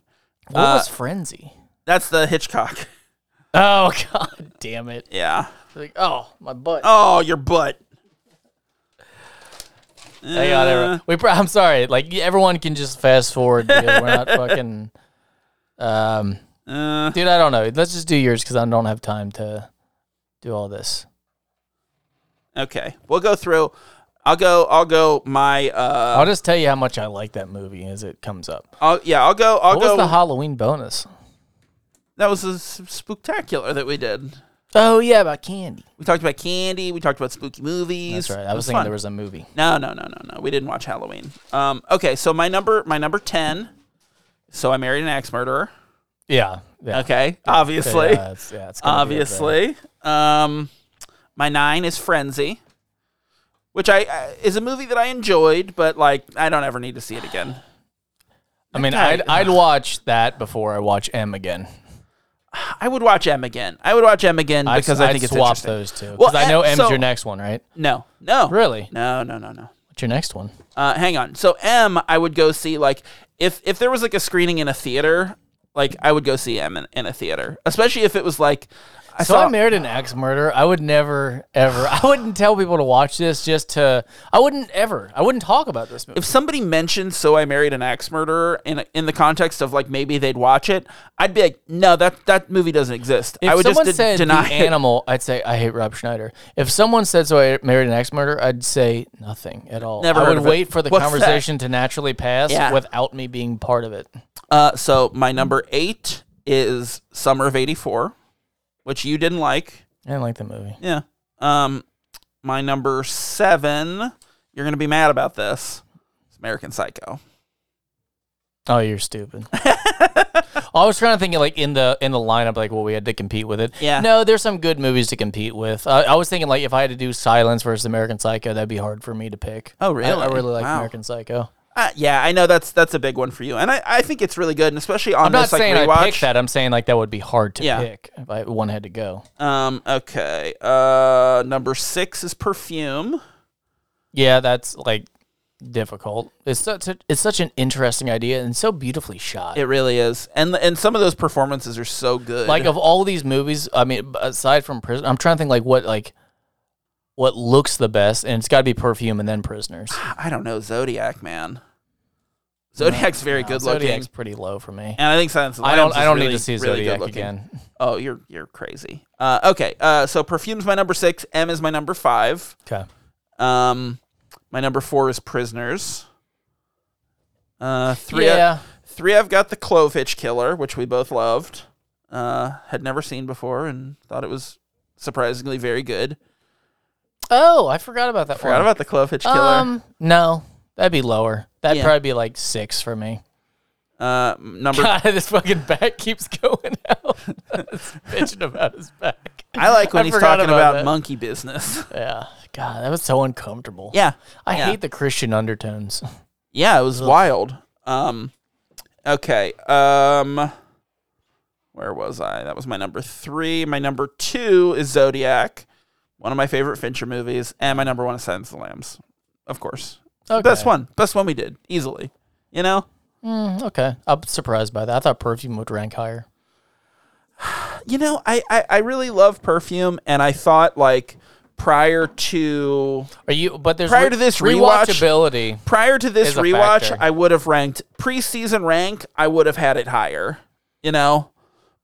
S2: what was frenzy?
S1: That's the Hitchcock.
S2: Oh god, damn it!
S1: Yeah.
S2: Like, oh my butt.
S1: Oh, your butt.
S2: Hang on, everyone. We pro- I'm sorry. Like y- everyone can just fast forward because we're not fucking. Um,
S1: Uh,
S2: dude, I don't know. Let's just do yours because I don't have time to do all this.
S1: uh, okay. We'll go through. I'll go. I'll go. My. Uh.
S2: I'll just tell you how much I like that movie as it comes up.
S1: I'll, yeah. I'll go. I'll
S2: What
S1: go.
S2: was the Halloween bonus?
S1: that was a s- spectacular that we did.
S2: Oh yeah, about candy.
S1: We talked about candy. We talked about spooky movies.
S2: That's right.
S1: It
S2: I was thinking
S1: fun.
S2: there was a movie.
S1: No, no, no, no, no. We didn't watch Halloween. Um. Okay. So my number. My number ten. So I married an axe murderer.
S2: Yeah. Yeah.
S1: Okay, obviously,
S2: Yeah, it's, yeah, it's gonna be uh, up there.
S1: obviously. Um, my nine is Frenzy, which I uh, is a movie that I enjoyed, but like I don't ever need to see it again.
S2: I mean,
S1: guy-
S2: I'd, I'd watch that before I watch M again.
S1: I would watch M again. I would watch M again
S2: I'd-
S1: because
S2: I'd
S1: I think it's
S2: swap
S1: interesting.
S2: those two because
S1: Well,
S2: I know
S1: eh,
S2: M's
S1: so-
S2: your next one, right?
S1: No, no,
S2: Really?
S1: no, no, no, no.
S2: What's your next one?
S1: Uh, hang on. So M, I would go see like if if there was like a screening in a theater, like I would go see M in, in a theater, especially if it was like I
S2: So
S1: saw.
S2: I married an ex murderer. I would never, ever. I wouldn't tell people to watch this. Just to, I wouldn't ever. I wouldn't talk about this movie.
S1: if somebody mentioned "So I Married an Axe Murderer" in in the context of like maybe they'd watch it, I'd be like, no, that that movie doesn't exist.
S2: If
S1: I would
S2: someone
S1: just de-
S2: said
S1: deny
S2: the
S1: it.
S2: animal, I'd say I hate Rob Schneider. If someone said so, I married an ex murderer. I'd say nothing at all.
S1: Never
S2: I
S1: heard
S2: would
S1: of it.
S2: wait for the
S1: What's that?
S2: conversation to naturally pass
S1: Yeah.
S2: without me being part of it.
S1: Uh, so my number eight is Summer of '84, which you didn't like.
S2: I didn't like the movie.
S1: Yeah. Um, my number seven. You're gonna be mad about this. It's American Psycho.
S2: Oh, you're stupid. I was trying to think of, like in the in the lineup, like well, we had to compete with it.
S1: Yeah.
S2: No, there's some good movies to compete with. Uh, I was thinking like if I had to do Silence versus American Psycho, that'd be hard for me to pick.
S1: Oh,
S2: I, I
S1: really?
S2: really like
S1: Wow.
S2: American Psycho.
S1: Uh, yeah, I know that's that's a big one for you, and I, I think it's really good, and especially on
S2: I'm not
S1: this like
S2: saying
S1: rewatch.
S2: I picked that. I'm saying like that would be hard to
S1: Yeah.
S2: pick if I, one had to go.
S1: Um, okay. Uh, number six is Perfume.
S2: Yeah, that's like difficult. It's such a, it's such an interesting idea and so beautifully shot.
S1: It really is, and and some of those performances are so good.
S2: like of all these movies, I mean, b- aside from Prison, I'm trying to think like what like what looks the best, and it's got to be Perfume and then Prisoners.
S1: I don't know Zodiac, man. Zodiac's very good looking,
S2: Zodiac's pretty low for me.
S1: and I think Silence of the
S2: I don't
S1: Lambs
S2: I
S1: is
S2: don't
S1: really-
S2: need to see
S1: really good
S2: Zodiac
S1: looking.
S2: again.
S1: Oh, you're you're crazy. Uh, okay. Uh, so Perfume's my number six. M is my number five.
S2: Okay.
S1: Um, my number four is Prisoners. Uh, three.
S2: yeah.
S1: Three, I've got the Clove Hitch Killer, which we both loved, uh, had never seen before, and thought it was surprisingly very good.
S2: Oh, I forgot about that
S1: Forgot
S2: one.
S1: about the Clove Hitch Killer.
S2: Um, no, that'd be lower. That'd
S1: Yeah.
S2: probably be like six for me.
S1: uh, number,
S2: God, this fucking back keeps going out. It's bitching about his back.
S1: I like when
S2: I
S1: he's
S2: forgot
S1: talking
S2: about
S1: about,
S2: that.
S1: monkey business.
S2: Yeah. God, that was so uncomfortable.
S1: yeah,
S2: I
S1: yeah.
S2: hate the Christian undertones.
S1: Yeah, it was wild. Um, okay. Um, where was I? That was my number three. My number two is Zodiac, one of my favorite Fincher movies, and my number one is Silence of the Lambs, of course.
S2: Okay.
S1: Best one, best one we did easily. You know,
S2: Mm, okay. I'm surprised by that. I thought perfume would rank higher.
S1: you know, I I, I really love perfume, and I thought like prior to
S2: Are you? But there's
S1: Prior to this rewatch-
S2: rewatchability.
S1: prior to this
S2: Is a
S1: rewatch,
S2: factor.
S1: I would have ranked preseason rank. I would have had it higher. You know.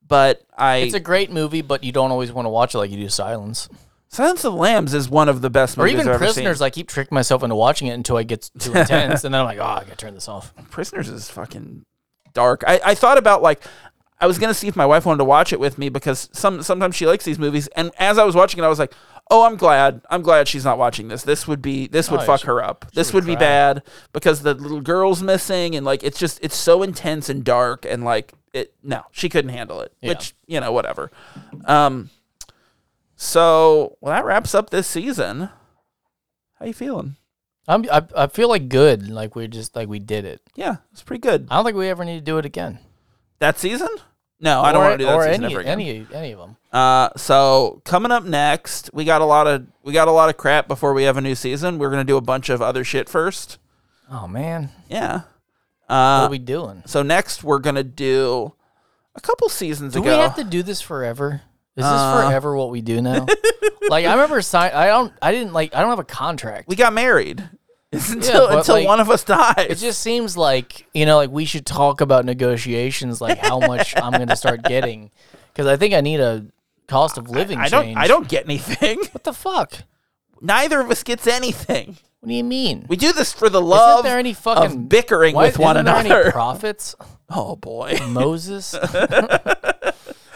S1: But I
S2: It's a great movie, but you don't always want to watch it like you do Silence.
S1: Silence of the Lambs is one of the best
S2: Or
S1: movies
S2: even
S1: I've ever
S2: Prisoners, I keep tricking myself into watching it until it gets too intense, and then I'm like, oh, I gotta turn this off.
S1: seen. Prisoners is fucking dark. I, I thought about like I was gonna see if my wife wanted to watch it with me because some sometimes she likes these movies. And as I was watching it, I was like, oh, I'm glad. I'm glad she's not watching this. This would be this would
S2: Oh,
S1: fuck
S2: she-
S1: her up. This would be
S2: cry.
S1: bad because the little girl's missing and like it's just it's so intense and dark and like it. No, she couldn't handle it. Which you know whatever. Um. So well, that wraps up this season. How you feeling?
S2: I'm, I, I feel like good, like we just like we did it.
S1: Yeah, it's pretty good.
S2: I don't think we ever need to do it again.
S1: That season? No, I don't
S2: Or-
S1: want to do that
S2: or
S1: season
S2: any,
S1: ever again.
S2: Any any of them.
S1: Uh, so coming up next, we got a lot of we got a lot of crap before we have a new season. We're gonna do a bunch of other shit first.
S2: Oh man,
S1: Yeah.
S2: what
S1: Uh,
S2: are we doing?
S1: so next we're gonna do a couple seasons
S2: Do we
S1: ago.
S2: have to do this forever? Is this
S1: Uh.
S2: forever what we do now? like I remember sign. I don't. I didn't like. I don't have a contract.
S1: we got married. It's until
S2: but,
S1: until
S2: like,
S1: one of us
S2: it
S1: dies.
S2: just seems like you know, like we should talk about negotiations, like how much I'm going to start getting, because I think I need a cost of living.
S1: I don't
S2: change.
S1: I don't get anything.
S2: What the fuck?
S1: Neither of us gets anything.
S2: What do you mean?
S1: We do this for the love
S2: isn't there any fucking
S1: of bickering
S2: why-
S1: with one
S2: isn't there
S1: another.
S2: Any profits?
S1: oh boy.
S2: Moses.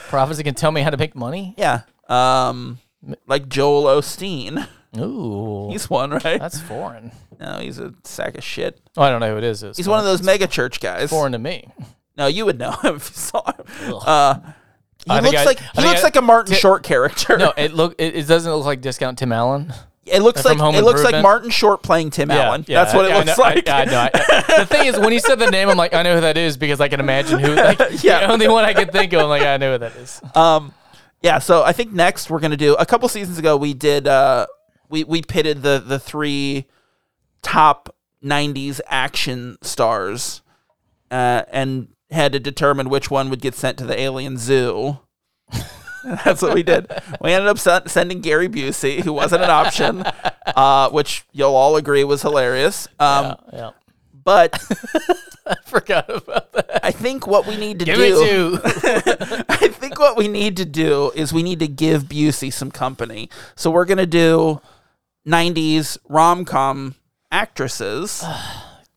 S2: prophets that can tell me how to make money.
S1: Yeah. Um like Joel Osteen.
S2: Ooh,
S1: He's one, right?
S2: that's foreign.
S1: No, he's a sack of shit.
S2: Oh, I don't know who it is. It's
S1: He's one of those mega church guys.
S2: foreign to me.
S1: No, you would know him if you saw him. Uh, he
S2: I think
S1: looks
S2: I-
S1: like
S2: I
S1: he
S2: think
S1: looks
S2: I-
S1: like a Martin
S2: Ti-
S1: Short character.
S2: No, it look it, it doesn't look like discount Tim Allen.
S1: it looks
S2: from
S1: like
S2: Home
S1: it looks like
S2: Improvement?
S1: Martin Short playing Tim Allen. That's what it
S2: I- I
S1: looks
S2: know-
S1: like.
S2: I, I know. I- the thing is, when he said the name, I'm like, I know who that is because I can imagine who. Like,
S1: Yeah.
S2: the only one I could think of. I'm like, I know who that is.
S1: Um, yeah. So I think next we're gonna do a couple seasons ago. We did uh, we we pitted the the three top '90s action stars, uh, and had to determine which one would get sent to the alien zoo. That's what we did. We ended up sen- sending Gary Busey, who wasn't an option, uh, which you'll all agree was hilarious. Um,
S2: Yeah,
S1: But
S2: I forgot about that.
S1: I think what we need to
S2: Give
S1: do.
S2: it to.
S1: I think what we need to do is we need to give Busey some company. So we're gonna do '90s rom com actresses.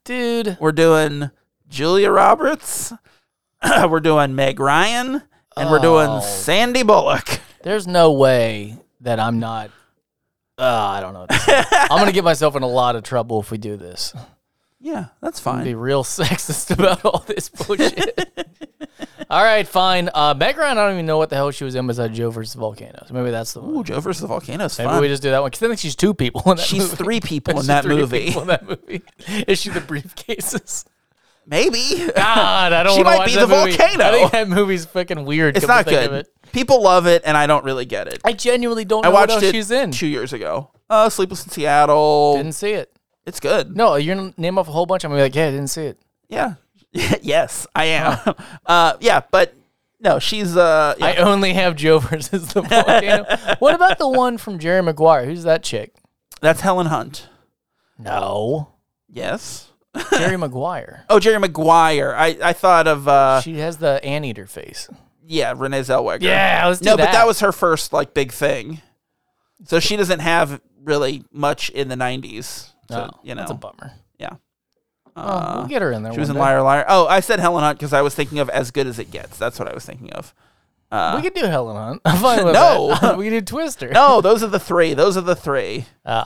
S2: dude.
S1: We're doing Julia Roberts. we're doing Meg Ryan, and we're
S2: Oh.
S1: doing Sandy Bullock.
S2: There's no way that I'm not. Uh, I don't know. what to say. I'm gonna get myself in a lot of trouble if we do this.
S1: Yeah, that's
S2: Be
S1: fine.
S2: real sexist about all this bullshit. all right, fine. Uh, background. I don't even know what the hell she was in besides Joe versus Volcanoes. Maybe that's the one.
S1: Ooh, Joe versus the volcano's
S2: Maybe
S1: fun.
S2: we just do that one because I think she's two people. In that
S1: She's
S2: movie.
S1: three people in
S2: She's
S1: that
S2: three
S1: movie.
S2: people in that movie. Is she the briefcases?
S1: Maybe
S2: God, I don't.
S1: She
S2: wanna
S1: might
S2: watch
S1: be
S2: that
S1: the
S2: movie.
S1: volcano.
S2: I think that movie's fucking weird.
S1: it's
S2: come to
S1: not
S2: think of
S1: good.
S2: it.
S1: People love it, and I don't really get it.
S2: I genuinely don't.
S1: I
S2: know
S1: watched
S2: what else
S1: it
S2: She's in.
S1: two years ago. Uh, Sleepless in Seattle.
S2: Didn't see it.
S1: it's good.
S2: No, you're gonna name off a whole bunch. I'm gonna be like, yeah, I didn't see it.
S1: Yeah. yes, I am. Uh, yeah, but no, she's uh yeah.
S2: I only have Joe versus the volcano. what about the one from Jerry Maguire? Who's that chick?
S1: that's Helen Hunt.
S2: No,
S1: Yes.
S2: Jerry Maguire.
S1: Oh, Jerry Maguire. I, I thought of uh
S2: She has the anteater face.
S1: yeah, Renee Zellweger.
S2: Yeah, let's do
S1: No,
S2: that.
S1: but that was her first like big thing. So she doesn't have really much in the 90s. So,
S2: Oh,
S1: you know.
S2: that's a bummer.
S1: yeah.
S2: Oh, we'll get her in there.
S1: She was
S2: one
S1: in
S2: day.
S1: Liar Liar. Oh, I said Helen Hunt cuz I was thinking of As Good as It Gets. That's what I was thinking of.
S2: we could do Helen Hunt. I'm fine with
S1: No.
S2: that. we could do Twister.
S1: No, those are the three. Those are the three.
S2: Oh.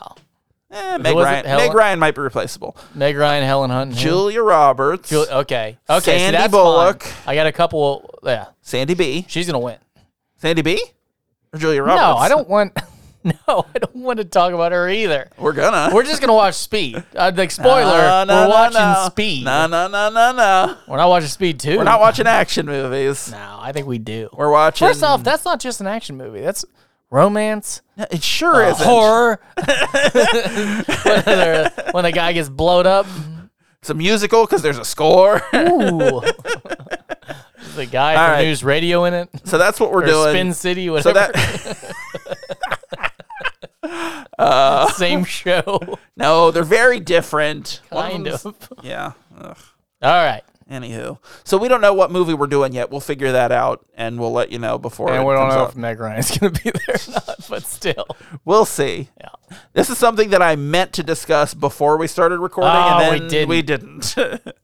S1: Eh, Meg
S2: was it
S1: Ryan.
S2: Helen-
S1: Meg Ryan might be replaceable.
S2: Meg Ryan, Helen Hunt, and who?
S1: Julia Roberts.
S2: Jul- okay, okay, see,
S1: Sandy
S2: that's
S1: Bullock.
S2: fine. I got a couple. Yeah,
S1: Sandy B.
S2: she's gonna win.
S1: Sandy B. Or Julia Roberts.
S2: No, I don't want. No, I don't want to talk about her either.
S1: We're gonna.
S2: We're just gonna watch Speed. Uh, like
S1: No,
S2: spoiler,
S1: no,
S2: we're
S1: no,
S2: watching
S1: no.
S2: Speed.
S1: No, no, no, no, no.
S2: We're not watching Speed Two.
S1: We're not watching action movies.
S2: No, I think we do.
S1: We're watching.
S2: First off, that's not just an action movie. That's romance,
S1: it sure isn't.
S2: uh, horror. when, the, when the guy gets blowed up.
S1: It's a musical because there's a score.
S2: Ooh. the guy
S1: All
S2: from
S1: right.
S2: News Radio in it.
S1: so that's what we're
S2: Or
S1: doing.
S2: Spin City, whatever.
S1: so that
S2: Same show.
S1: no, they're very different. One
S2: kind
S1: them's-
S2: of. All
S1: Yeah. Ugh.
S2: right.
S1: Anywho, so we don't know what movie we're doing yet. We'll figure that out, and we'll let you know before. it
S2: And we don't
S1: comes
S2: know
S1: out.
S2: if Meg Ryan's going to be there or not, but still.
S1: We'll see.
S2: Yeah.
S1: This is something that I meant to discuss before we started recording,
S2: Oh,
S1: and
S2: we
S1: then
S2: didn't.
S1: we didn't.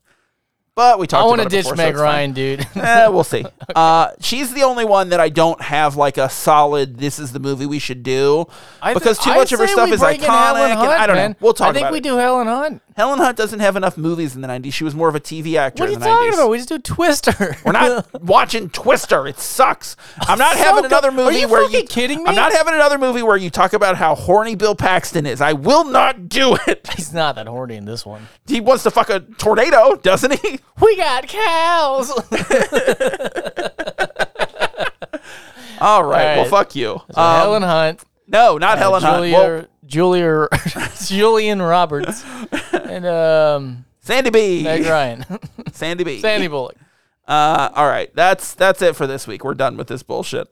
S1: but we talked.
S2: I want to
S1: about it
S2: ditch
S1: before, so
S2: Meg
S1: it's fine.
S2: Ryan, dude.
S1: Eh, we'll see. uh, she's the only one that I don't have like a solid. This is the movie we should do
S2: I th-
S1: because too
S2: I
S1: much of her
S2: say
S1: stuff
S2: we
S1: is iconic.
S2: bring in Helen
S1: and
S2: Hunt,
S1: I don't
S2: man.
S1: know. We'll talk
S2: I think
S1: about
S2: we
S1: it.
S2: do Helen Hunt.
S1: Helen Hunt doesn't have enough movies in the '90s. She was more of a TV actor
S2: What are you
S1: in the '90s.
S2: talking about? We just do Twister.
S1: We're not watching Twister. It sucks. I'm not
S2: So
S1: having
S2: good.
S1: another
S2: Are
S1: movie
S2: you
S1: where
S2: fucking
S1: you
S2: kidding
S1: I'm
S2: me?
S1: not having another movie where you talk about how horny Bill Paxton is. I will not do it.
S2: He's not that horny in this one.
S1: He wants to fuck a tornado, doesn't he?
S2: We got cows.
S1: Um, All right. Well,
S2: All right.
S1: fuck you. Um,
S2: Helen Hunt.
S1: no, not Helen
S2: Julia,
S1: Hunt. Well,
S2: Julia, Julian Roberts, and um,
S1: Sandy B.
S2: Meg Ryan,
S1: Sandy B.
S2: Sandy Bullock.
S1: Uh, all right. That's that's it for this week. We're done with this bullshit.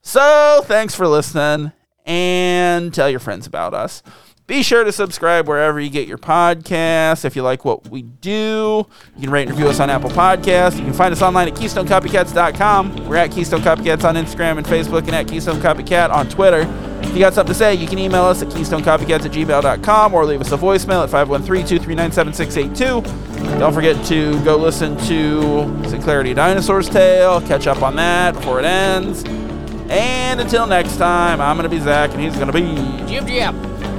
S1: So thanks for listening and tell your friends about us. Be sure to subscribe wherever you get your podcasts. If you like what we do, you can rate and review us on Apple Podcasts. You can find us online at KeystoneCopycats.com. We're at Keystone Copycats on Instagram and Facebook and at Keystone Copycat on Twitter. If you got something to say, you can email us at KeystoneCopycats at gmail.com or leave us a voicemail at 513-239-7682. Don't forget to go listen to Sinclarity Dinosaur's Tale. Catch up on that before it ends. And until next time, I'm going to be Zach and he's going to be.
S2: Jib jab.